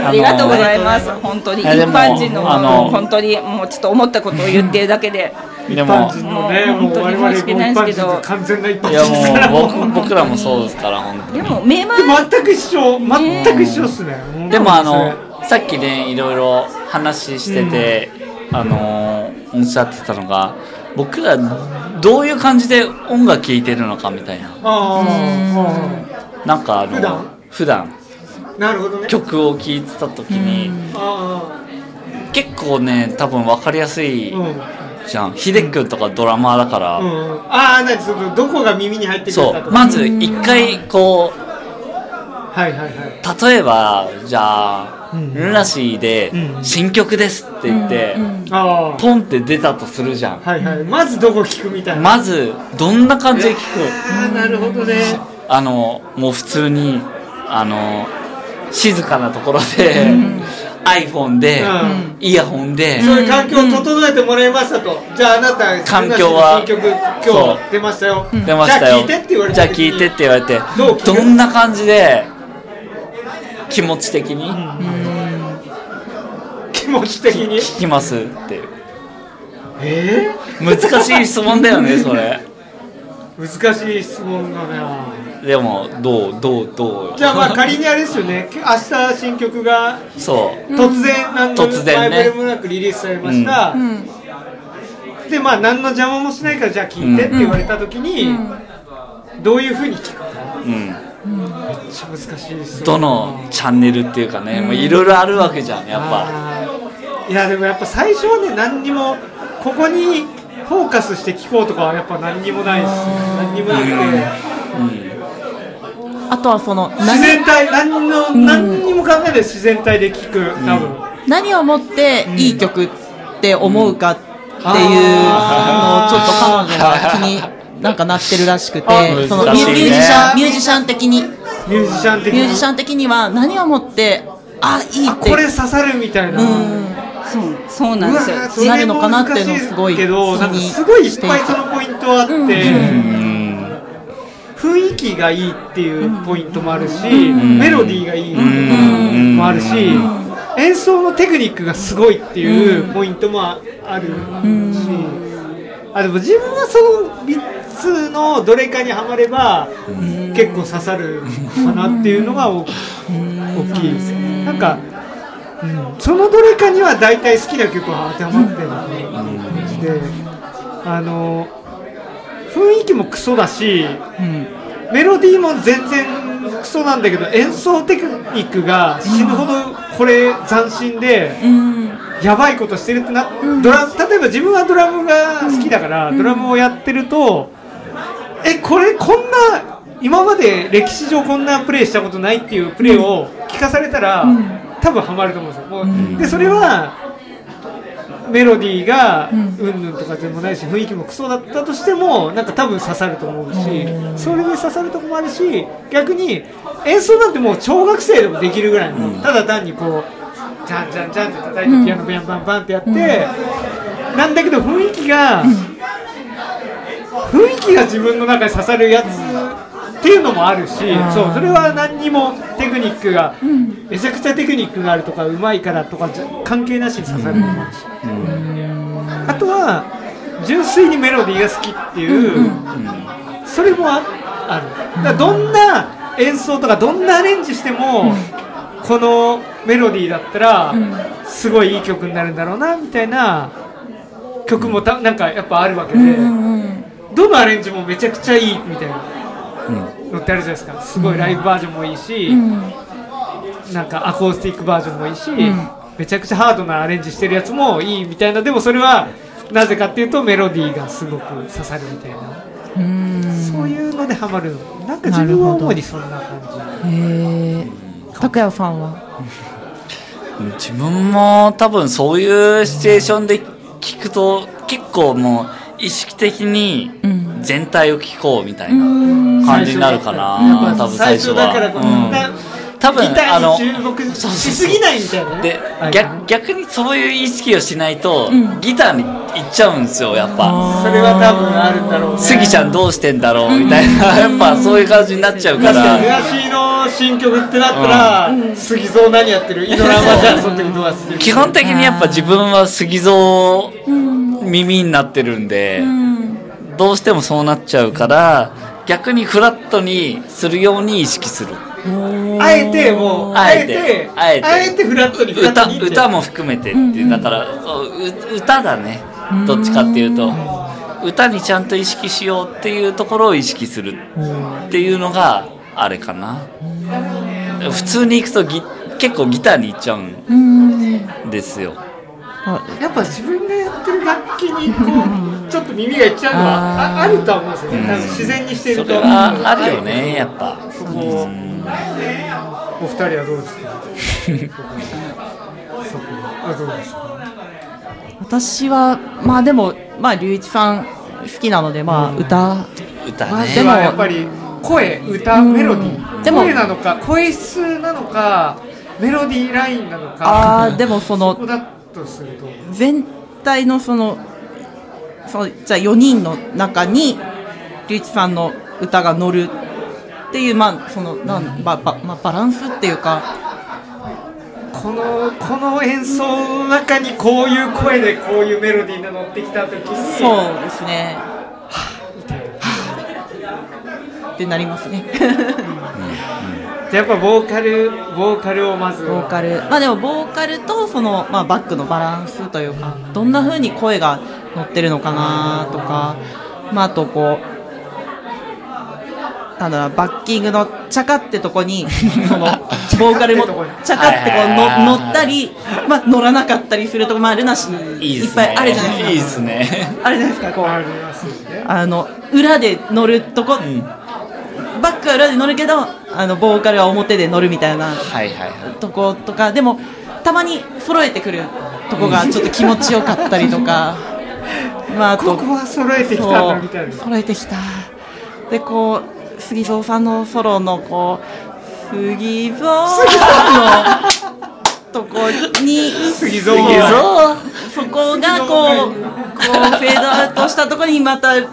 Speaker 1: ー
Speaker 5: ありがとうございます、本当に
Speaker 1: い
Speaker 5: 一
Speaker 1: やでも
Speaker 5: 般人の
Speaker 1: あのー
Speaker 5: 本当にもうちょっと思ったことを言ってるだけで
Speaker 1: で
Speaker 3: 一般
Speaker 1: も
Speaker 3: 人のね、
Speaker 5: もう
Speaker 3: もう我々もう一般人と完全な一般
Speaker 1: い
Speaker 3: 人ですから
Speaker 1: や
Speaker 3: もう。
Speaker 1: もう僕僕らもそうですから本当
Speaker 5: で
Speaker 1: に
Speaker 5: も名前
Speaker 3: 全く一緒全く一緒っすね、
Speaker 1: でもあのさっきねいろいろ話してて、あのーおっしゃってたのが僕らどういう感じで音楽聴いてるのかみたいな
Speaker 3: ああ
Speaker 1: なんかあの
Speaker 3: 普段
Speaker 1: 普段
Speaker 3: なるほどね
Speaker 1: 曲を聴いてた時に、
Speaker 3: あ
Speaker 1: 結構ね多分分かりやすい
Speaker 3: あうん
Speaker 1: じゃん秀樹んとかドラマーだから、
Speaker 3: うんああ何そのどこが耳に入ってくる
Speaker 1: そ
Speaker 3: かと
Speaker 1: う
Speaker 3: か
Speaker 1: まず一回こう
Speaker 3: はいはいはい
Speaker 1: 例えばじゃあ、
Speaker 3: うん
Speaker 1: ルナシーで
Speaker 3: う
Speaker 1: 「
Speaker 3: ん
Speaker 1: 新曲です」って言って、
Speaker 3: あ
Speaker 1: ポンって出たとするじゃん
Speaker 3: あはいはいまずどこ聞くみたいな、
Speaker 1: まずどんな感じで聞く
Speaker 3: ああなるほどね
Speaker 1: あのもう普通にあの静かなところで、iPhone で、
Speaker 3: うん
Speaker 1: イヤホンで、
Speaker 3: そういう環境を整えてもらいましたと、じゃああなた
Speaker 1: 環境は
Speaker 3: 新曲
Speaker 1: そ
Speaker 3: 今
Speaker 1: う
Speaker 3: 日出ましたよ
Speaker 1: 出ましたよ
Speaker 3: じゃあ聞いてって言われ
Speaker 1: じゃ
Speaker 3: た
Speaker 1: あ聞いてって言われて
Speaker 3: どう聞く
Speaker 1: どんな感じで気持ち的に
Speaker 3: 気持ち的に
Speaker 1: 聞きますっていう
Speaker 3: え
Speaker 1: 難しい質問だよねそれ
Speaker 3: え難しい質問だな
Speaker 1: でもどうどうどう
Speaker 3: じゃあまあ仮にあれですよね明日新曲が
Speaker 1: そう
Speaker 3: 突然何の
Speaker 1: 突然ね
Speaker 3: 前触れもなくリリースされました、でまあ何の邪魔もしないからじゃあ聞いてって言われた時に、どういうふうに聞くか
Speaker 1: うん
Speaker 3: めっちゃ難しいです
Speaker 1: どのチャンネルっていうかね、もういろいろあるわけじゃんやっぱ
Speaker 3: あーいやでもやっぱ最初はね何にもここにフォーカスして聞こうとかはやっぱ何にもないし何にもなくて、
Speaker 1: うん
Speaker 4: あとはその
Speaker 3: 自
Speaker 4: 何
Speaker 3: 然体何の、
Speaker 4: ん
Speaker 3: 何にも考えないで自然体で聞く多分、
Speaker 4: 何をもっていい曲って思うかっていうのをちょっと彼
Speaker 3: あー
Speaker 4: 女が気になんかなってるらしく
Speaker 1: あ
Speaker 4: てそのミュ
Speaker 1: 難しいね
Speaker 4: ミュージシャンミュージシャン的に
Speaker 3: ミュージシャン的
Speaker 4: ミュージシ
Speaker 3: に
Speaker 4: ャン的には何をもってあいい
Speaker 3: あ
Speaker 4: っ
Speaker 3: こ
Speaker 4: て
Speaker 3: れ刺さるみたいな、
Speaker 4: うん
Speaker 5: そうそうなんですよ
Speaker 3: わ
Speaker 4: なるのかなっていうのをすごい
Speaker 3: それも難しいけどなん
Speaker 4: 気
Speaker 3: か
Speaker 4: に
Speaker 3: すごいいっぱいそのポイントあって、
Speaker 1: うん
Speaker 3: 雰囲気がいいっていうポイントもあるし、
Speaker 1: ん
Speaker 3: メロディーがいいってい
Speaker 1: う
Speaker 3: うの
Speaker 1: ん
Speaker 3: もあるし、演奏のテクニックがすごいっていうポイントもああるし、あでも自分はその3つのどれかにはまれば結構刺さるかなっていうのが大き大きいですね。なんか、うんそのどれかには大体好きな曲が当てはまってるなっていう感じで、あの雰囲気もクソだし、メロディーも全然クソなんだけど演奏テクニックが死ぬほどこれ斬新で、やばいことしてるってな、ドラ例えば自分はドラムが好きだから、ドラムをやってると、えこれこんな今まで歴史上こんなプレーしたことないっていうプレーを聞かされたら、多分ハマると思うんですよ。もうでそれはメロディーがうんぬんとかでもないし雰囲気もクソだったとしてもなんか多分刺さると思うしそれで刺さるとこもあるし逆に演奏なんてもう小学生でもできるぐらいのただ単にこうジャンジャンジャンって叩いてピアノビャンバンバンってやってなんだけど雰囲気が雰囲気が自分の中に刺さるやつっていうのもあるしそうそれは何にもテクニックがめちゃくちゃテクニックがあるとかうまいからとかじゃ関係なしに刺さると思うし。あとは純粋にメロディーが好きっていう、それもああるだからどんな演奏とかどんなアレンジしても、このメロディーだったら、すごいいい曲になるんだろうなみたいな曲もたなんかやっぱあるわけで、どのアレンジもめちゃくちゃいいみたいなのってあるじゃないですかすごいライブバージョンもいいし、なんかアコースティックバージョンもいいし、めちゃくちゃハードなアレンジしてるやつもいいみたいなでもそれはなぜかっていうとメロディーがすごく刺さるみたいなそういうのでハマるのなんか自分は主にそんな感じ
Speaker 4: へー拓哉さんは
Speaker 1: 自分も多分そういうシチュエーションで聞くと結構もう意識的に
Speaker 4: ん
Speaker 1: 全体を聞こうみたいな感じになるかな、多分最初は。
Speaker 3: だからこう、みんな
Speaker 1: うん多分
Speaker 3: ギタ
Speaker 1: あの
Speaker 3: ーに注目しすぎないみたいなね
Speaker 1: で
Speaker 3: はい
Speaker 1: 逆逆にそういう意識をしないと、ギターに行っちゃうんですよやっぱ
Speaker 3: それは多分あるんだろうね
Speaker 1: 杉ちゃんどうしてんだろうみたいな、やっぱそういう感じになっちゃうか
Speaker 3: 確からに東の新曲ってなったら、杉蔵何やってるイノラマじゃあその時どうやってる
Speaker 1: 基本的にやっぱ自分は杉蔵耳になってるんで、どうしてもそうなっちゃうから逆にフラットにするように意識する
Speaker 3: あえてもうあ
Speaker 1: あ
Speaker 3: え
Speaker 1: え
Speaker 3: て
Speaker 1: て
Speaker 3: あえてフラットにフラット
Speaker 1: 歌
Speaker 3: にって
Speaker 1: 歌も含めてっていうだからそうう歌だねどっちかっていうと歌にちゃんと意識しようっていうところを意識するっていうのがあれかな普通に行くとギ結構ギターに行っちゃうんですよ
Speaker 4: あ
Speaker 3: やっぱ自分がやってる楽器にこうちょっと耳がいっちゃうのはああるとは思うんですよね多分自然にしてる
Speaker 1: そ
Speaker 3: と
Speaker 1: れはあるよねやっぱ
Speaker 3: そこをお二人はどうですかそこはどうですか
Speaker 4: 私はまあでもまあ龍一さん好きなのでまあ歌
Speaker 1: 歌
Speaker 4: で
Speaker 1: ね
Speaker 3: で
Speaker 4: も
Speaker 3: はやっぱり声歌メロディー
Speaker 4: でも
Speaker 3: 声なのか声質なのかメロディーラインなのか
Speaker 4: あーでもその
Speaker 3: ここだとすると
Speaker 4: 全体のそのそのじゃあ4人の中に龍一さんの歌が乗るっていうまあそのなんばば、まあ、バランスっていうか
Speaker 3: このこの演奏の中にこういう声でこういうメロディーが乗ってきた時に
Speaker 4: そうですねってなりますね
Speaker 3: じゃあやっぱボーカルボーカルをまず
Speaker 4: ボーカルまあでもボーカルとその、まあ、バックのバランスというかどんな風に声が乗ってるのかなとかまああとこうなんだろうバッキングのチャカってとこに そのボーカルもチャカってこうの乗ったり、まあ、乗らなかったりするとこもあるなし
Speaker 1: いい
Speaker 4: い
Speaker 1: で
Speaker 4: っ
Speaker 1: す
Speaker 4: ぱ
Speaker 1: ね
Speaker 4: いあるじゃないですか
Speaker 1: いいですね
Speaker 4: あるじゃないですかこう
Speaker 3: ありますよね
Speaker 4: あの裏で乗るとこ、バックは裏で乗るけどあのボーカルは表で乗るみたいな
Speaker 1: はいはいはい
Speaker 4: とことかでもたまに揃えてくるとこがちょっと気持ちよかったり とかまああと
Speaker 3: ここは揃えてきたんだみたいな
Speaker 4: そう揃えてきたでこう杉蔵さんのソロのこう杉蔵さんのとこに
Speaker 3: 杉蔵
Speaker 4: そこがこうこうフェードアウトしたところにまたル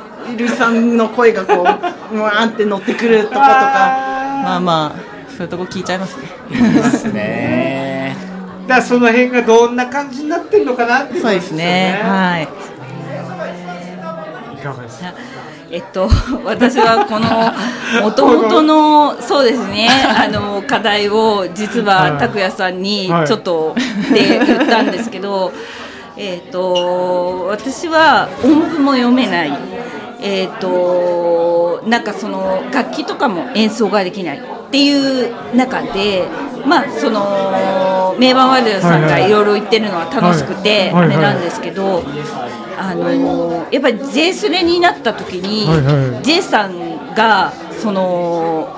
Speaker 4: イさんの声がこううわーって乗ってくる とことかまあまあそういうとこ聞いちゃいますね
Speaker 1: ですね
Speaker 3: だからその辺がどんな感じになってんのかなってい
Speaker 4: そうですね。はい。
Speaker 3: いかがですか
Speaker 5: えっと、私はこのもともとのそうですねあの課題を実
Speaker 3: は
Speaker 5: はい拓也さんに
Speaker 3: はい
Speaker 5: ちょっとで言ったんですけど、えっと、私は音符も読めない、えっと、なんかその楽器とかも演奏ができないっていう中で、まあ、その名盤ワルドさんがいろいろ言ってるのは楽しくて
Speaker 3: はいはい
Speaker 5: あれなんですけど。あのーやっぱり J スレになった時に、
Speaker 3: はいはい
Speaker 5: J さんがその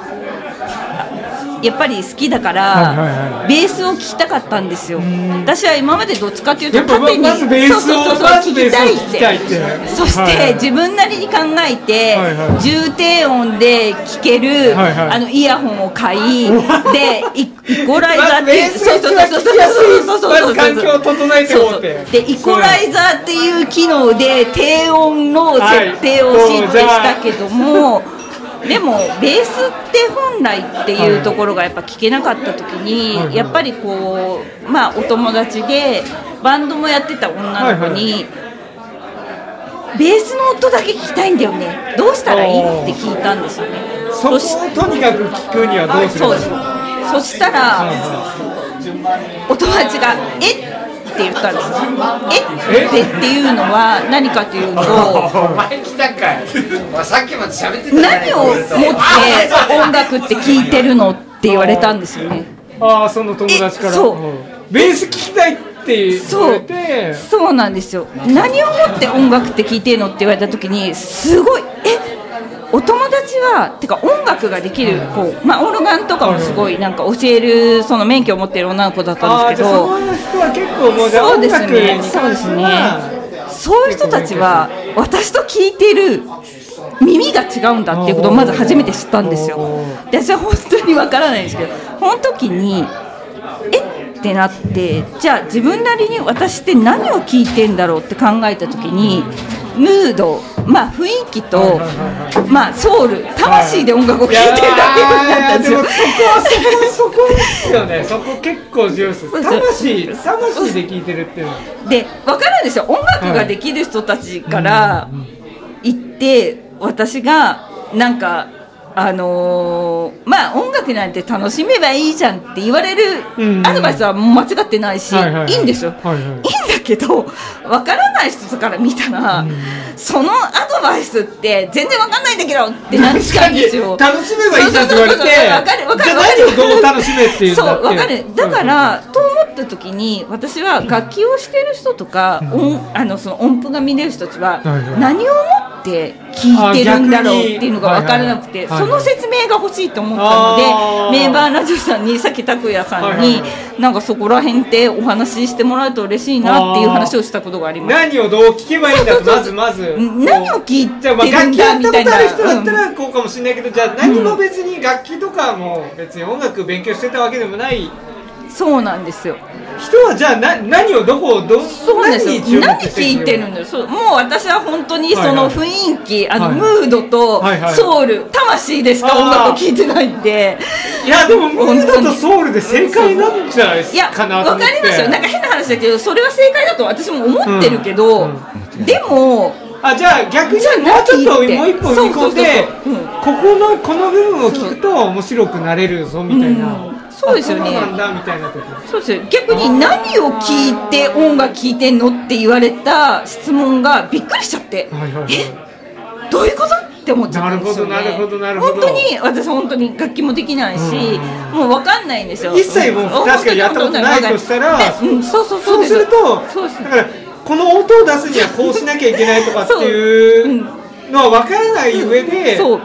Speaker 5: あやっぱり好きだから、
Speaker 3: はいはいはい
Speaker 5: ベースを聴きたかったんですよ私は今までどっちかっていうと
Speaker 3: やっぱま
Speaker 5: 縦に
Speaker 3: まずベースを
Speaker 5: そうそうそう
Speaker 3: まず
Speaker 5: 聴
Speaker 3: ベー
Speaker 5: き
Speaker 3: スを
Speaker 5: たい
Speaker 3: 聞きたい
Speaker 5: っ
Speaker 3: ってて
Speaker 5: そして、
Speaker 3: はい
Speaker 5: 自分なりに考えて、
Speaker 3: はいはい
Speaker 5: 重低音で聴ける、
Speaker 3: はいはい
Speaker 5: あのイヤホンを買い、でイイコライザー
Speaker 3: ま
Speaker 5: っ
Speaker 3: ず
Speaker 5: てい
Speaker 3: ベ
Speaker 5: う
Speaker 3: ースが
Speaker 5: そうそうそうそうそうそうそうそう
Speaker 3: まず環境を整えてもって
Speaker 5: そうそうでイコライザーっていう機能で低音の設定を知ってしたけども、でもベースって本来っていうところがやっぱ聞けなかった時に、
Speaker 3: はいはい
Speaker 5: やっぱりこうまあお友達でバンドもやってた女の子に。ベースの音だけ聞きたいんだよねどうしたらいいって聞いたんですよね
Speaker 3: そこをとにかく聞くにはどうすれ
Speaker 5: そう
Speaker 3: ばいい
Speaker 5: です
Speaker 3: のか
Speaker 5: そしたら
Speaker 3: は
Speaker 5: お友達が「えっ?」て言ったんですよえっ?」ってっていうのは何かというと
Speaker 6: お前来たんかい。お前さっきまで喋ってたじゃない
Speaker 5: 何
Speaker 6: か
Speaker 5: を持っ
Speaker 6: 俺と
Speaker 5: て音楽って聞いてるのって言われたんですよね
Speaker 3: ああその友達から
Speaker 5: えそうん
Speaker 3: ベース聞きたいって言
Speaker 5: そ
Speaker 3: っ
Speaker 5: う
Speaker 3: て
Speaker 5: そうなんですよ何をもって音楽って聞いてるのって言われた時にすごいえお友達はてか音楽ができる子、まあ、オルガンとかもすごいなんか教えるその免許を持ってる女の子だった
Speaker 3: あ
Speaker 5: ん
Speaker 3: あ
Speaker 5: で
Speaker 3: じ
Speaker 5: すけ
Speaker 3: ゃあ
Speaker 5: ど
Speaker 3: その人は結構もうじゃあ
Speaker 5: そう
Speaker 3: 音
Speaker 5: で
Speaker 3: 楽
Speaker 5: す
Speaker 3: に関
Speaker 5: ね
Speaker 3: して
Speaker 5: そうです
Speaker 3: は
Speaker 5: ねそういう人たちは私と聞いている耳が違うんだっていうことをまず初めて知ったんですよで私は本当にわからないんですけどこの時にえってなってじゃあ自分なりに私って何を聞いてんだろうって考えた時にムードまあ雰囲気とまあソウル魂で音楽を聴いてるだけになったんですよ
Speaker 3: いやーいやでもそこはそこそこですよねそこ結構重要です魂魂で聞いてるっていうのは
Speaker 5: で分かるんですよ音楽ができる人たちから行って私がなんかあのーまあ音楽なんて楽しめばいいじゃんって言われ
Speaker 3: うんうん
Speaker 5: るアドバイスは間違ってないし、
Speaker 3: はいはいはい
Speaker 5: いいんですよ、
Speaker 3: はいはい
Speaker 5: いんだけど分からない人から見たら、そのアドバイスって全然分かんないんだけどってなっちゃうんですよ
Speaker 3: 楽しめばいいじゃんって言われて
Speaker 5: そうそうそうわかるわかるわかる
Speaker 3: じゃあ何をどう楽しめっていうん
Speaker 5: そう
Speaker 3: だって
Speaker 5: わかるだからと思った時に私は楽器をしてる人とか、音あのその音符が見れる人たちは
Speaker 3: はいはい
Speaker 5: 何をもって聞いてるんだろうっていうのが分からなくて、
Speaker 3: あ逆にはいはい
Speaker 5: その説明が欲しいと思った
Speaker 3: あー
Speaker 5: のでメンバーラジオさんにさっき拓也さん
Speaker 3: はいはい
Speaker 5: に、
Speaker 3: は
Speaker 5: なんかそこら辺ってお話ししてもらうと嬉しいなっていう話をしたことがあります。
Speaker 3: 何をどう聞けばいいんだとまずまず
Speaker 5: うん何を聞いてるん
Speaker 3: じ
Speaker 5: だ
Speaker 3: ゃあまあ
Speaker 5: みたい
Speaker 3: 楽器やった
Speaker 5: な
Speaker 3: ことある人だったらこうかもしれないけどじゃあ何も別に楽器とかも別に音楽勉強してたわけでもない
Speaker 5: そうなんですよ
Speaker 3: 人はじゃあな何をどこをどう
Speaker 5: そうなんです
Speaker 3: 何に注
Speaker 5: よ。
Speaker 3: 目
Speaker 5: 何
Speaker 3: して
Speaker 5: 聞いてるんですもう私は本当にその雰囲気、あの、
Speaker 3: はい
Speaker 5: ムードと
Speaker 3: はいはい
Speaker 5: ソウル、魂でしか音楽を聞いてないんで。
Speaker 3: いやでもムードとソウルで正解なんじゃない
Speaker 5: いや、
Speaker 3: かな
Speaker 5: わ
Speaker 3: と
Speaker 5: か
Speaker 3: 思って
Speaker 5: りますよ。なんか変な話だけど、それは正解だと私も思ってるけど、
Speaker 3: うん
Speaker 5: でも、
Speaker 3: あじゃあ逆に
Speaker 5: じゃあ
Speaker 3: もうちょっ
Speaker 5: 何
Speaker 3: と
Speaker 5: 聞いて
Speaker 3: もう一歩踏み込んで
Speaker 5: そうそうそうそううん
Speaker 3: ここのこの部分を聞くと面白くなれるぞみたいな、
Speaker 5: うんそうですよね
Speaker 3: あそうなんだみたいなとこ
Speaker 5: そうですよ逆に何を聞いて音楽聞いてんのって言われた質問がびっくりしちゃって。
Speaker 3: はいはいはい
Speaker 5: どういうことって思っちゃったんですよ、ね、
Speaker 3: なるほどなるほどなるほど
Speaker 5: 本当に私本当に楽器もできないし、
Speaker 3: う
Speaker 5: もうわかんないんですよ
Speaker 3: 一切もう
Speaker 5: 本当に
Speaker 3: 確かにやったことないとしたら
Speaker 5: でうん、そうそう
Speaker 3: そう
Speaker 5: ですよ
Speaker 3: ると
Speaker 5: そうです
Speaker 3: だからこの音を出すにはこうしなきゃいけないとかって
Speaker 5: そうう
Speaker 3: いうんのは分からない上で
Speaker 5: そう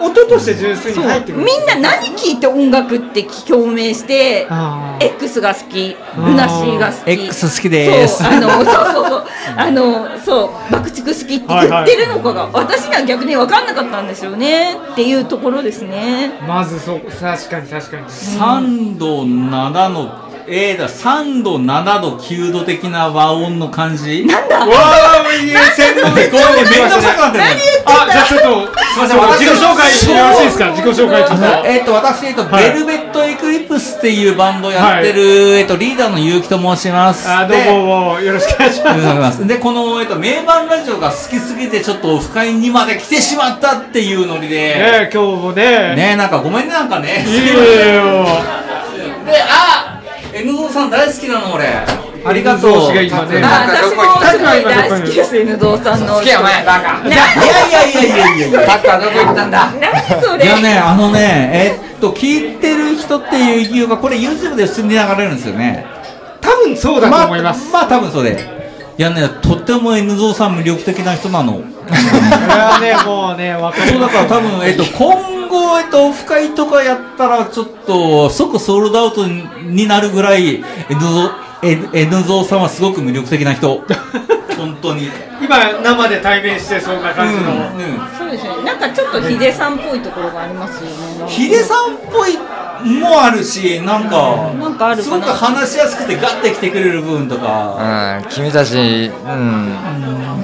Speaker 3: 音として純粋に入ってくる
Speaker 5: みんな何聞いて音楽って共鳴して
Speaker 3: あー
Speaker 5: X が好きルナシーが好き
Speaker 2: X 好きです
Speaker 5: そうあのそうそうそうあのそう爆竹好きって言ってるのかが、私には逆に分かんなかったんですよねっていうところですね
Speaker 3: まずそう確かに確かに
Speaker 7: 3度7度えー、だ3度7度9度的な和音の感じなんだ
Speaker 3: わあいい専門
Speaker 7: め
Speaker 3: で
Speaker 7: んどくさくなってるね
Speaker 3: あじゃあちょっとすみません自己紹介よろしいですか自己紹介ちょ
Speaker 7: あ
Speaker 3: っ
Speaker 7: の
Speaker 3: と
Speaker 7: えっと私、えっと
Speaker 3: はい
Speaker 7: ベルベットエクリプスっていうバンドやってる、えっとリーダーの結城と申します
Speaker 3: あどうもどうもよろしくお願いし
Speaker 7: でありがとうござい
Speaker 3: ま
Speaker 7: ますすでこの、えっと、名盤ラジオが好きすぎてちょっとオフ会にまで来てしまったっていうノリで
Speaker 3: ね今日もね
Speaker 7: ねなんかごめんねなんかね
Speaker 3: いいよ
Speaker 7: であ N ゾさん大好きなの俺ありがとう
Speaker 3: が今ね
Speaker 6: な
Speaker 5: あ
Speaker 6: んか
Speaker 5: 私
Speaker 6: ど
Speaker 5: も
Speaker 6: こ行った
Speaker 5: すごい大好きです犬堂さんの
Speaker 6: 好きやお前バカ
Speaker 7: いやいやいやいやいやいや
Speaker 6: バカどこ行ったんだ
Speaker 5: 何そ
Speaker 7: いや
Speaker 5: れ
Speaker 7: ね、あのね、えっと、聞いてる人っていう理由が、これ YouTube で普通に流れるんですよね。
Speaker 3: 多分そうだと思い
Speaker 7: ま
Speaker 3: ま
Speaker 7: あ
Speaker 3: す、
Speaker 7: まあ多分それ。いやね、とっても N ゾさん魅力的な人なの。
Speaker 3: これはねもうねわか
Speaker 7: そう
Speaker 3: る
Speaker 7: だから多分、えっと、今後、えっと、オフ会とかやったら、ちょっと、即ソールドアウトになるぐらい、N ゾ、N ゾさんはすごく魅力的な 人。本当に。
Speaker 3: 今生で対面してそんな感じの、
Speaker 7: うん
Speaker 5: そうですねなんかちょっとヒデさんっぽいところがありますよね
Speaker 7: ヒデさんっぽいもあるし、なんか、
Speaker 5: なんかある
Speaker 7: す
Speaker 5: か
Speaker 7: ごく
Speaker 5: な
Speaker 7: 話しやすくてガッて来てくれる部分と か、
Speaker 2: うん、君たち、うん、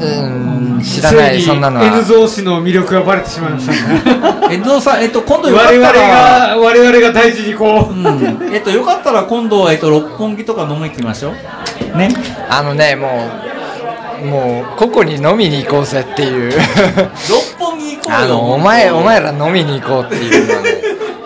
Speaker 2: うん、知らない、そんなの
Speaker 3: ついに N
Speaker 2: は。
Speaker 3: ゾー氏の魅力がバレてしまいましたね
Speaker 7: えっとさん、えっと、今度よかっ
Speaker 3: 我々
Speaker 7: たら、
Speaker 3: が我々が大事にこう、
Speaker 7: うん、えっと、よかったら今度は、えっと、六本木とか飲み行きましょう。ね。
Speaker 2: あのね、もう、もう、ここに飲みに行こうぜっていう。
Speaker 7: 六本木行こうよ。
Speaker 2: あの、お前、お前
Speaker 7: ら。
Speaker 2: ら飲みに行こうっていうのはね、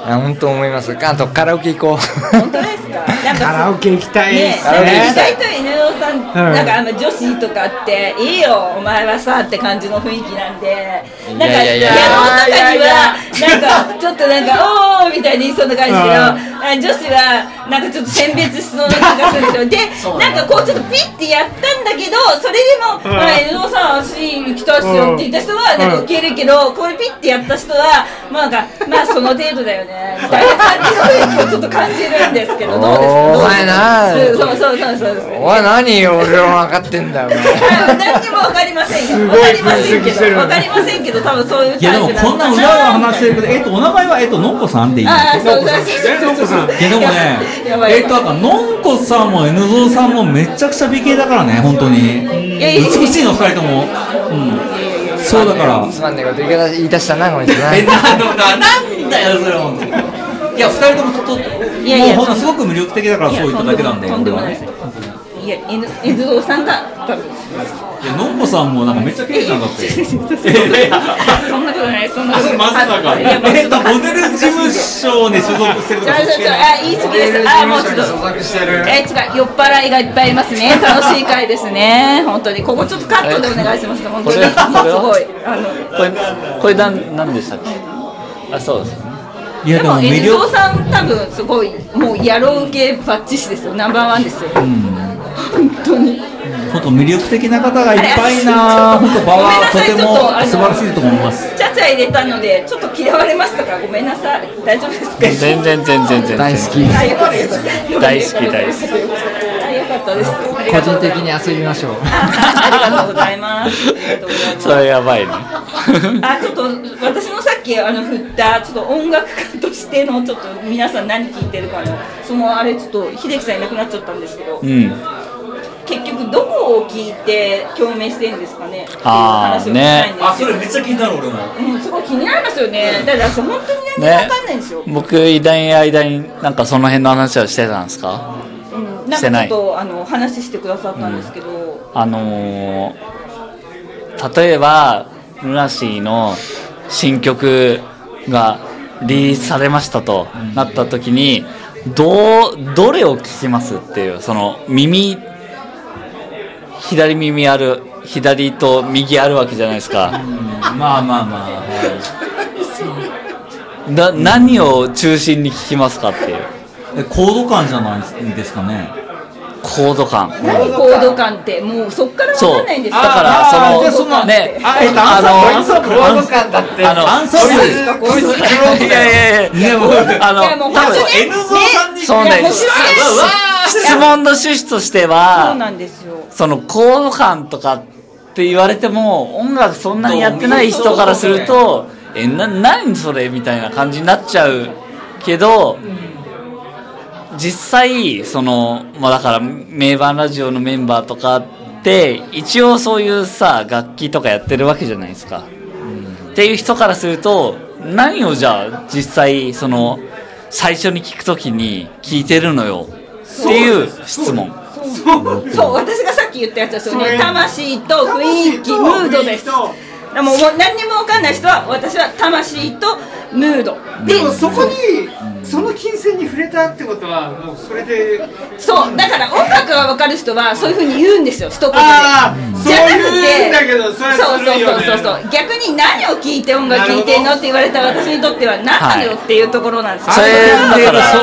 Speaker 2: あ本当思います。あと、カラオケ行こ
Speaker 5: 本 当ですかなん
Speaker 3: カ
Speaker 5: か
Speaker 3: ラオケ行きたいで
Speaker 5: ね
Speaker 3: す
Speaker 2: カラオケ
Speaker 5: え、
Speaker 2: 行
Speaker 5: 意
Speaker 2: きたい
Speaker 5: 外と犬堂さん、
Speaker 3: ん
Speaker 5: なんかあの女子とかって、いいよ、お前はさって感じの雰囲気なんで、なんか、
Speaker 2: いやいやいや
Speaker 5: 山本とかには、なんか、ちょっとなんか、おーみたいに言いそうな感じだけど、あ女子は、なんかちょっと選別しそうな気がするでしょ。で、なんかこう、ちょっとピッてやったんだけど、それでも、
Speaker 3: ん
Speaker 5: まあ、犬堂さん、足行きたいっすよって言った人は、なんか受け入れるけど、これピッてやった人は、まあなんか、まあその程度だよね、みたいな感じの雰囲気をちょっと感じるんですけど、どうですかどうですか
Speaker 2: お前な
Speaker 5: うんそうそうそうそうです
Speaker 2: う。お前、何俺は分かってんだよ、お前
Speaker 5: 何にもわかりませんよ。わかりませんけど、わかりませんけど、多分そういう
Speaker 7: いや、でも
Speaker 5: タイプな
Speaker 7: こん
Speaker 5: のか
Speaker 7: な
Speaker 5: な。
Speaker 7: 裏の話してるけど、えっと、お名前は、えっと、のんこさんでいい
Speaker 5: ああ、そうそう
Speaker 3: ノッコさん
Speaker 7: いやでもね
Speaker 5: やば、い
Speaker 7: えっと、なんか、のんこさんも N ゾさんもめちゃくちゃ美形だからね、本当に。
Speaker 5: いやいやいや
Speaker 7: 美しいの、二人とも。うん。そう だから。
Speaker 2: つまんねえこと言い方言い出したな、こいつな。
Speaker 7: え、なんだ、なんだよ、それ本当に。いや、二人ともちょっと、
Speaker 5: いやいや
Speaker 7: もうほんとすごく魅力的だから、
Speaker 5: いや
Speaker 7: そう言っただけなんで、
Speaker 5: とんで
Speaker 7: 俺
Speaker 5: も
Speaker 7: は
Speaker 5: ない
Speaker 7: ね
Speaker 5: とん。でもない。いや、えぬ、えずおさんが、多分。
Speaker 7: いや、のんこさんもなんかめっちゃ綺麗なん だって。
Speaker 5: そんなことない、そんな
Speaker 7: あ、
Speaker 5: こ
Speaker 7: そ
Speaker 5: と
Speaker 7: れ
Speaker 5: ない
Speaker 7: まさか。。
Speaker 5: いやまあ
Speaker 7: えっと、モデル事務所に所属してると
Speaker 5: ちょ
Speaker 7: か
Speaker 5: ちょちょあ、言い過ぎです。あ、もうちょっと。
Speaker 6: してる
Speaker 5: え違う酔っ払いがいっぱいいますね楽しい会ですね本当にここちょっとカットでお願いします本当
Speaker 1: こ
Speaker 5: にす
Speaker 1: れ
Speaker 5: ご
Speaker 1: これはい
Speaker 5: あの
Speaker 1: これこれなんなんでしたっけあそうですね
Speaker 7: いや、
Speaker 5: で
Speaker 7: で
Speaker 5: も
Speaker 7: も
Speaker 5: 遠
Speaker 7: 魅
Speaker 5: 藤
Speaker 7: 力。
Speaker 5: さん多分すごいもう野郎系バッチシですよナンバーワンですよ、本当に
Speaker 7: ほんと魅力的な方がいっぱいな、ほんと場はとても素晴らしいと思います。
Speaker 5: ちゃちゃ入れたのでちょっと嫌われましたからごめんなさい大丈夫ですか
Speaker 1: 全然全然全
Speaker 2: 大
Speaker 1: 然
Speaker 2: 好き。
Speaker 5: あよかったです
Speaker 1: 大好き大好き
Speaker 5: あよかったです
Speaker 2: 個人的に遊びましょう。
Speaker 5: ありがとうございますありがとうございます
Speaker 1: それやばいね
Speaker 5: あちょっと私もさっきあの振ったちょっと音楽家としてのちょっと皆さん何聴いてるかのそのあれちょっと秀樹さんいなくなっちゃったんですけど、
Speaker 1: うん
Speaker 5: 結局どこを聞いて共鳴してるんですかね
Speaker 1: あー
Speaker 5: っていう話をしたいんです
Speaker 7: あ、それめっちゃ気になる、俺も。
Speaker 5: もうすごい気になりますよねだから私本当に何も
Speaker 1: ね
Speaker 5: 分かんないんですよ、
Speaker 1: 僕いない間になんかその辺の話をしてたんですか
Speaker 5: うん、
Speaker 1: して
Speaker 5: な
Speaker 1: なんい
Speaker 5: かちょっとあの話してくださったんですけど、
Speaker 1: あのー例えばルナシーの新曲がリリースされましたとなった時にどうどれを聴きますっていうその耳左耳ある左と右あるわけじゃないですか。
Speaker 7: まあまあまあ。はい
Speaker 1: な何を中心に聞きますかっていう
Speaker 7: え、コード感じゃないですかね。
Speaker 1: 高度感
Speaker 5: 何コード感ってもうそっからわ
Speaker 1: そ
Speaker 5: か
Speaker 1: うん
Speaker 5: ないんで
Speaker 1: だ
Speaker 5: すよ
Speaker 1: からそ
Speaker 7: あー
Speaker 1: の
Speaker 7: じゃあそんな
Speaker 1: ね
Speaker 7: あえっとアンサー
Speaker 1: あ
Speaker 7: アンサー
Speaker 1: の
Speaker 7: プロアンサー
Speaker 6: 感だって
Speaker 1: あの
Speaker 7: アンサープロですか
Speaker 1: こいつこい ついやいやいや
Speaker 7: いやもう
Speaker 1: あの
Speaker 5: いやもう
Speaker 1: 多
Speaker 5: 本
Speaker 1: 分
Speaker 5: 当に
Speaker 7: N ゾーさんに
Speaker 1: その
Speaker 5: いや
Speaker 1: ね
Speaker 5: もう知らない
Speaker 1: 質質問の趣旨として
Speaker 5: そう
Speaker 1: は
Speaker 5: なんですよ
Speaker 1: その高度感とかって言われても音楽そんなにやってない人からするとえな何それみたいな感じになっちゃうけど実際そのまあだから名盤ラジオのメンバーとかって一応そういうさ楽器とかやってるわけじゃないですか。っていう人からすると何をじゃあ実際その最初に聞くときに聞いてるのよっていう質問
Speaker 5: そう私がさっき言ったやつです
Speaker 3: そ
Speaker 5: よ
Speaker 3: う
Speaker 5: ね魂と雰囲気ムードです
Speaker 3: そう
Speaker 5: でももう何にも分かんない人は私は魂とムードで
Speaker 3: でもそこにその金銭に触れたってことはもうそれで
Speaker 5: そうだから音楽が分かる人はそういうふうに言うんですよ一言で
Speaker 3: あー
Speaker 5: じゃなく
Speaker 3: そう言うん
Speaker 5: て
Speaker 3: だけどそれはずるいよね
Speaker 5: そうそうそうそう逆に何を聞いて音楽聴いてんのって言われた私にとっては何なのよっていうところなんですよ、
Speaker 1: それだから
Speaker 7: そう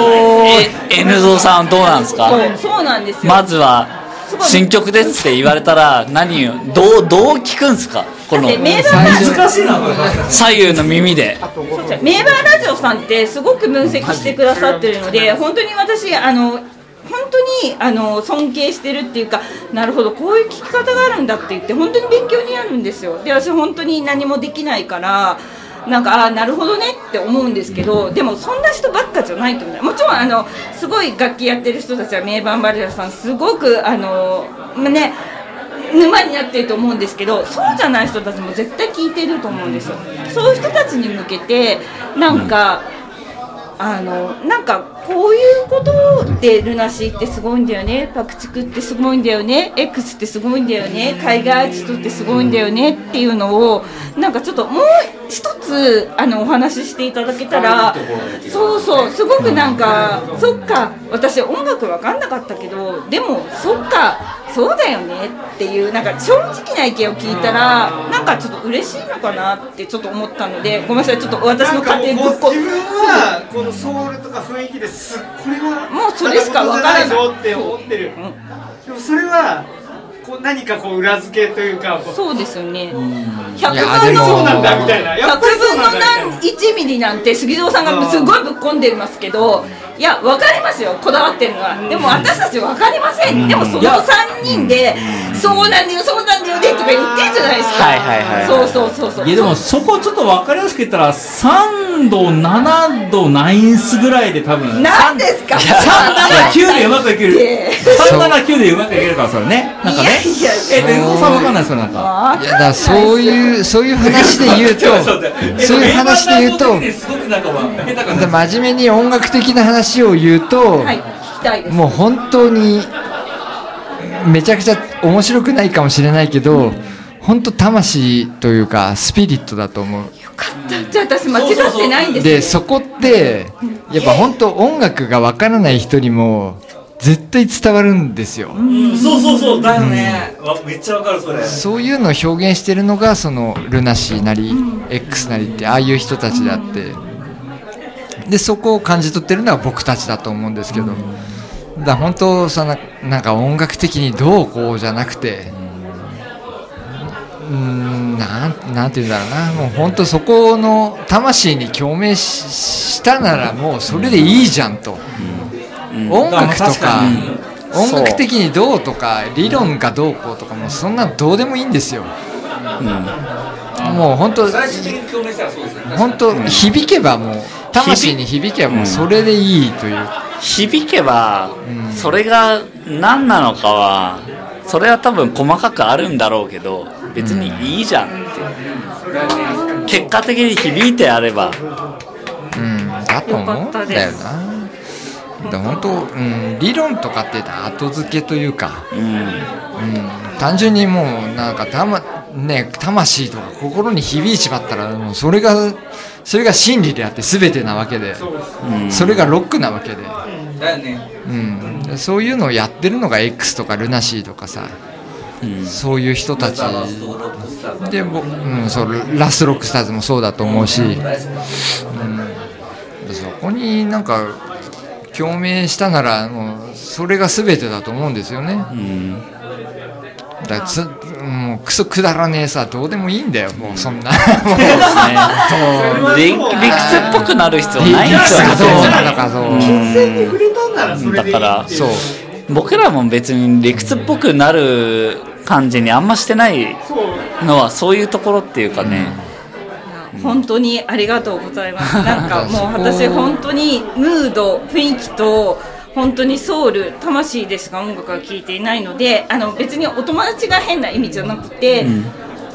Speaker 1: え N ゾウさんどうなんですか
Speaker 5: そうそうなんですよ、
Speaker 1: まずは新曲ですって言われたら何をどうどう聞くんですかこ
Speaker 5: だっ
Speaker 1: の
Speaker 5: て名盤ラジオ
Speaker 7: 難しいなこれ
Speaker 1: 左右の耳で
Speaker 5: そうですねメーバーラジオさんってすごく分析してくださってるので本当に私あの本当にあの尊敬してるっていうかなるほどこういう聞き方があるんだって言って本当に勉強になるんですよで私本当に何もできないからなんかああなるほどねって思うんですけどでもそんな人ばっかじゃないと思うもちろんあのすごい楽器やってる人たちは名盤バレラさんすごくあのね沼になってると思うんですけどそうじゃない人たちも絶対聞いてると思うんですよそういう人たちに向けてなんか、あのなんかこういうことでルナシーってすごいんだよねパクチクってすごいんだよね X ってすごいんだよね海外アーティストってすごいんだよねっていうのをなんかちょっともう一つあのお話ししていただけたらそうそうすごくなんかそっか私音楽わかんなかったけどでもそっかそうだよねっていうなんか正直な意見を聞いたらなんかちょっと嬉しいのかなってちょっと思ったのでごめんなさいちょっと私
Speaker 3: なん
Speaker 5: の
Speaker 3: かもう
Speaker 5: 家庭ぶっこ
Speaker 3: 自分はこのソウルとか雰囲気ですこれは
Speaker 5: もうそれしかわからない
Speaker 3: ただ事じゃないぞって思ってる
Speaker 5: うん
Speaker 3: でもそれはこう何かこう裏付けというかこう
Speaker 5: そうですよね。
Speaker 7: い
Speaker 5: 百
Speaker 7: や
Speaker 5: 分
Speaker 7: でも
Speaker 5: の
Speaker 3: そうなんだみたいなやっ
Speaker 5: 百
Speaker 3: ぱりそう
Speaker 5: 分
Speaker 3: なんだ
Speaker 5: の
Speaker 3: みたい
Speaker 5: 何一ミリなんて杉蔵さんがすごいぶっ込んでますけど、いやわかりますよこだわってるのは。でも私たちわかりません。でもその
Speaker 7: いや
Speaker 5: 三人でそうなんだよそうなんだよねとか言ってるじゃないですか。
Speaker 1: はいはいはいはい
Speaker 5: そうそうそうそう。
Speaker 7: いやでもそこちょっと分かりやすく言ったら3度7度9スぐらいで多分
Speaker 5: なんですか。
Speaker 7: 379でうまくいける
Speaker 5: え
Speaker 7: 379でうまくいけるからそれねなんかね
Speaker 5: いやいやいや
Speaker 7: えっでさん分かんないですかなんか
Speaker 5: わ
Speaker 2: いやだからそういうそういう話で言う とそういう話で言うと
Speaker 7: すごくなんかまあ下手かな
Speaker 2: 真面目に音楽的な話を言うと、
Speaker 5: はい聞きたいです。
Speaker 2: もう本当にめちゃくちゃ面白くないかもしれないけど本当魂というかスピリットだと思う
Speaker 5: よかった。じゃあ私間違ってないんですね。
Speaker 2: でそこってやっぱ本当音楽がわからない人にも絶対伝わるんですよ
Speaker 7: うんそうそうそうだよねわめっちゃ分かるそれ
Speaker 2: そういうのを表現してるのがそのルナシーなり X なりってああいう人たちであってでそこを感じ取ってるのは僕たちだと思うんですけどだから本当そのなんか音楽的にどうこうじゃなくてうーんなんなんて言うんだろうなもう本当そこの魂に共鳴ししたならもうそれでいいじゃんと、音楽と
Speaker 7: 確
Speaker 2: か
Speaker 7: かに
Speaker 2: 音楽的にどうとか理論がどうこうとかもうそんなのどうでもいいんですよ、もう本当
Speaker 6: 最終的に共鳴したらそうですよね
Speaker 2: 本当響けばもう魂に響けばもうそれでいいという、
Speaker 1: 響けばそれが何なのかはそれは多分細かくあるんだろうけど別にいいじゃんって結果的に響いてあれば
Speaker 2: うん、だと思うんだよなだから本当、うん、理論とかって後付けというか、
Speaker 1: うん
Speaker 2: うん、単純にもうなんかた、まね、魂とか心に響いちまったらもうそれがそれが真理であって全てなわけで
Speaker 1: うん
Speaker 2: それがロックなわけで。
Speaker 6: だよね
Speaker 2: うん、そういうのをやってるのが X とかルナシーとかさ、
Speaker 1: うん
Speaker 2: そういう人たち
Speaker 6: あのストロークスターズ
Speaker 2: でも、うん、そうラストロックスターズもそうだと思うし、うん、そこになんか共鳴したならもうそそれが全てだと思うんですよね
Speaker 1: うん
Speaker 2: だつもうクソくだらねえさどうでもいいんだよもうそんな
Speaker 1: ね理理屈っぽくなる必要
Speaker 2: いい
Speaker 1: ないんですよ
Speaker 2: かどうなのか
Speaker 3: 金銭に触れたんならそれでいいっていう
Speaker 1: だから
Speaker 2: そう
Speaker 1: 僕らも別に理屈っぽくなる感じにあんましてない
Speaker 3: そう
Speaker 1: のはそういうところっていうかね、
Speaker 5: 本当にありがとうござ います。なんかもう私本当にムード、雰囲気と本当にソウル、魂でしか音楽は聴いていないので、あの別にお友達が変な意味じゃなくて、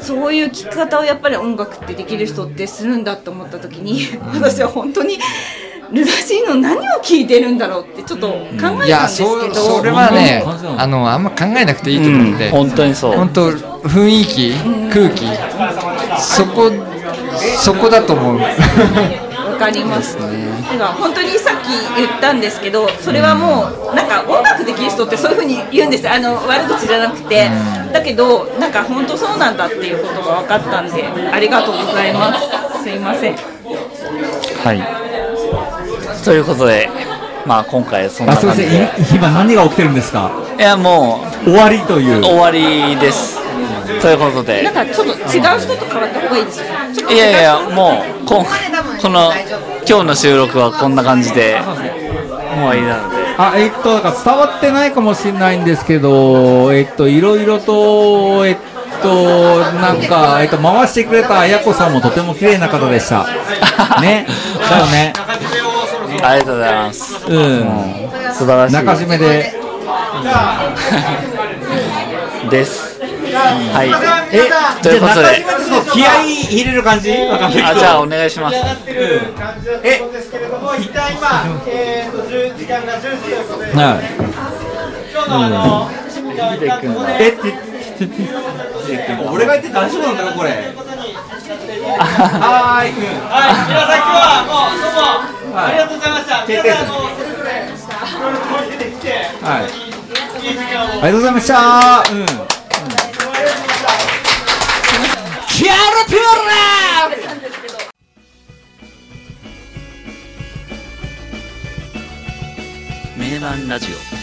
Speaker 5: そういう聴き方をやっぱり音楽ってできる人ってするんだと思った時に、 私は本当にルナシーの何を聴いてるんだろうってちょっと考えたん
Speaker 2: い
Speaker 5: で
Speaker 2: や
Speaker 5: すけど、
Speaker 2: そうそれはね
Speaker 7: 本当に
Speaker 2: あのあんま考えなくていいと
Speaker 1: う
Speaker 2: 思っ
Speaker 1: ん
Speaker 2: て、
Speaker 1: 本当にそう
Speaker 2: 本当雰囲気空気そこそこだと思う
Speaker 5: わかります。なんか本当にさっき言ったんですけど、それはもうなんか音楽できる人ってそういう風に言うんです。あの悪口じゃなくて、だけどなんか本当そうなんだっていうことが分かったんで、ありがとうございます。すいません。
Speaker 1: はいということでまあ今回そんな
Speaker 7: あすいま
Speaker 1: 感じ
Speaker 7: せ
Speaker 1: で
Speaker 7: んい今何が起きてるんですか
Speaker 1: いやも
Speaker 7: 終わりという
Speaker 1: う終わりですということで
Speaker 5: なんかちょっと違う人と変わった方がいいですよ。ちょっと
Speaker 1: いやいやもうこんこの今日の収録はこんな感じでもういいなので
Speaker 7: あ、えっと、なんか伝わってないかもしれないんですけど、えっと、いろいろと、えっと、なんか、えっと、回してくれたあやこさんもとても綺麗な方でした。ね。だよね。
Speaker 1: ありがとうございます
Speaker 7: う
Speaker 1: 素晴ら
Speaker 7: ん。
Speaker 1: しい
Speaker 7: 中締めで。
Speaker 1: です。はい。
Speaker 7: え、じゃあ
Speaker 1: ということで
Speaker 7: 中島ちょっと気合い入れる感じわかんないけど
Speaker 1: あ、じゃあお願いします。
Speaker 3: 上がってる感じだったんですけれども、一旦今、えー、と10時間が10時ということで、
Speaker 7: はい。
Speaker 3: 今日のあの、じゃあ一旦ここで。
Speaker 7: え、て、て、て、俺が言って大丈夫なんだろこれ。はーい。うん
Speaker 3: はい、皆さん今日はもうどうもありがとうございました。
Speaker 7: い
Speaker 3: 皆さんもうそれぞれいろいろと出てきて、
Speaker 7: はい。
Speaker 3: い
Speaker 7: あ
Speaker 3: い時間を。
Speaker 7: りがとうございました。うん。
Speaker 1: 名盤ラジオ。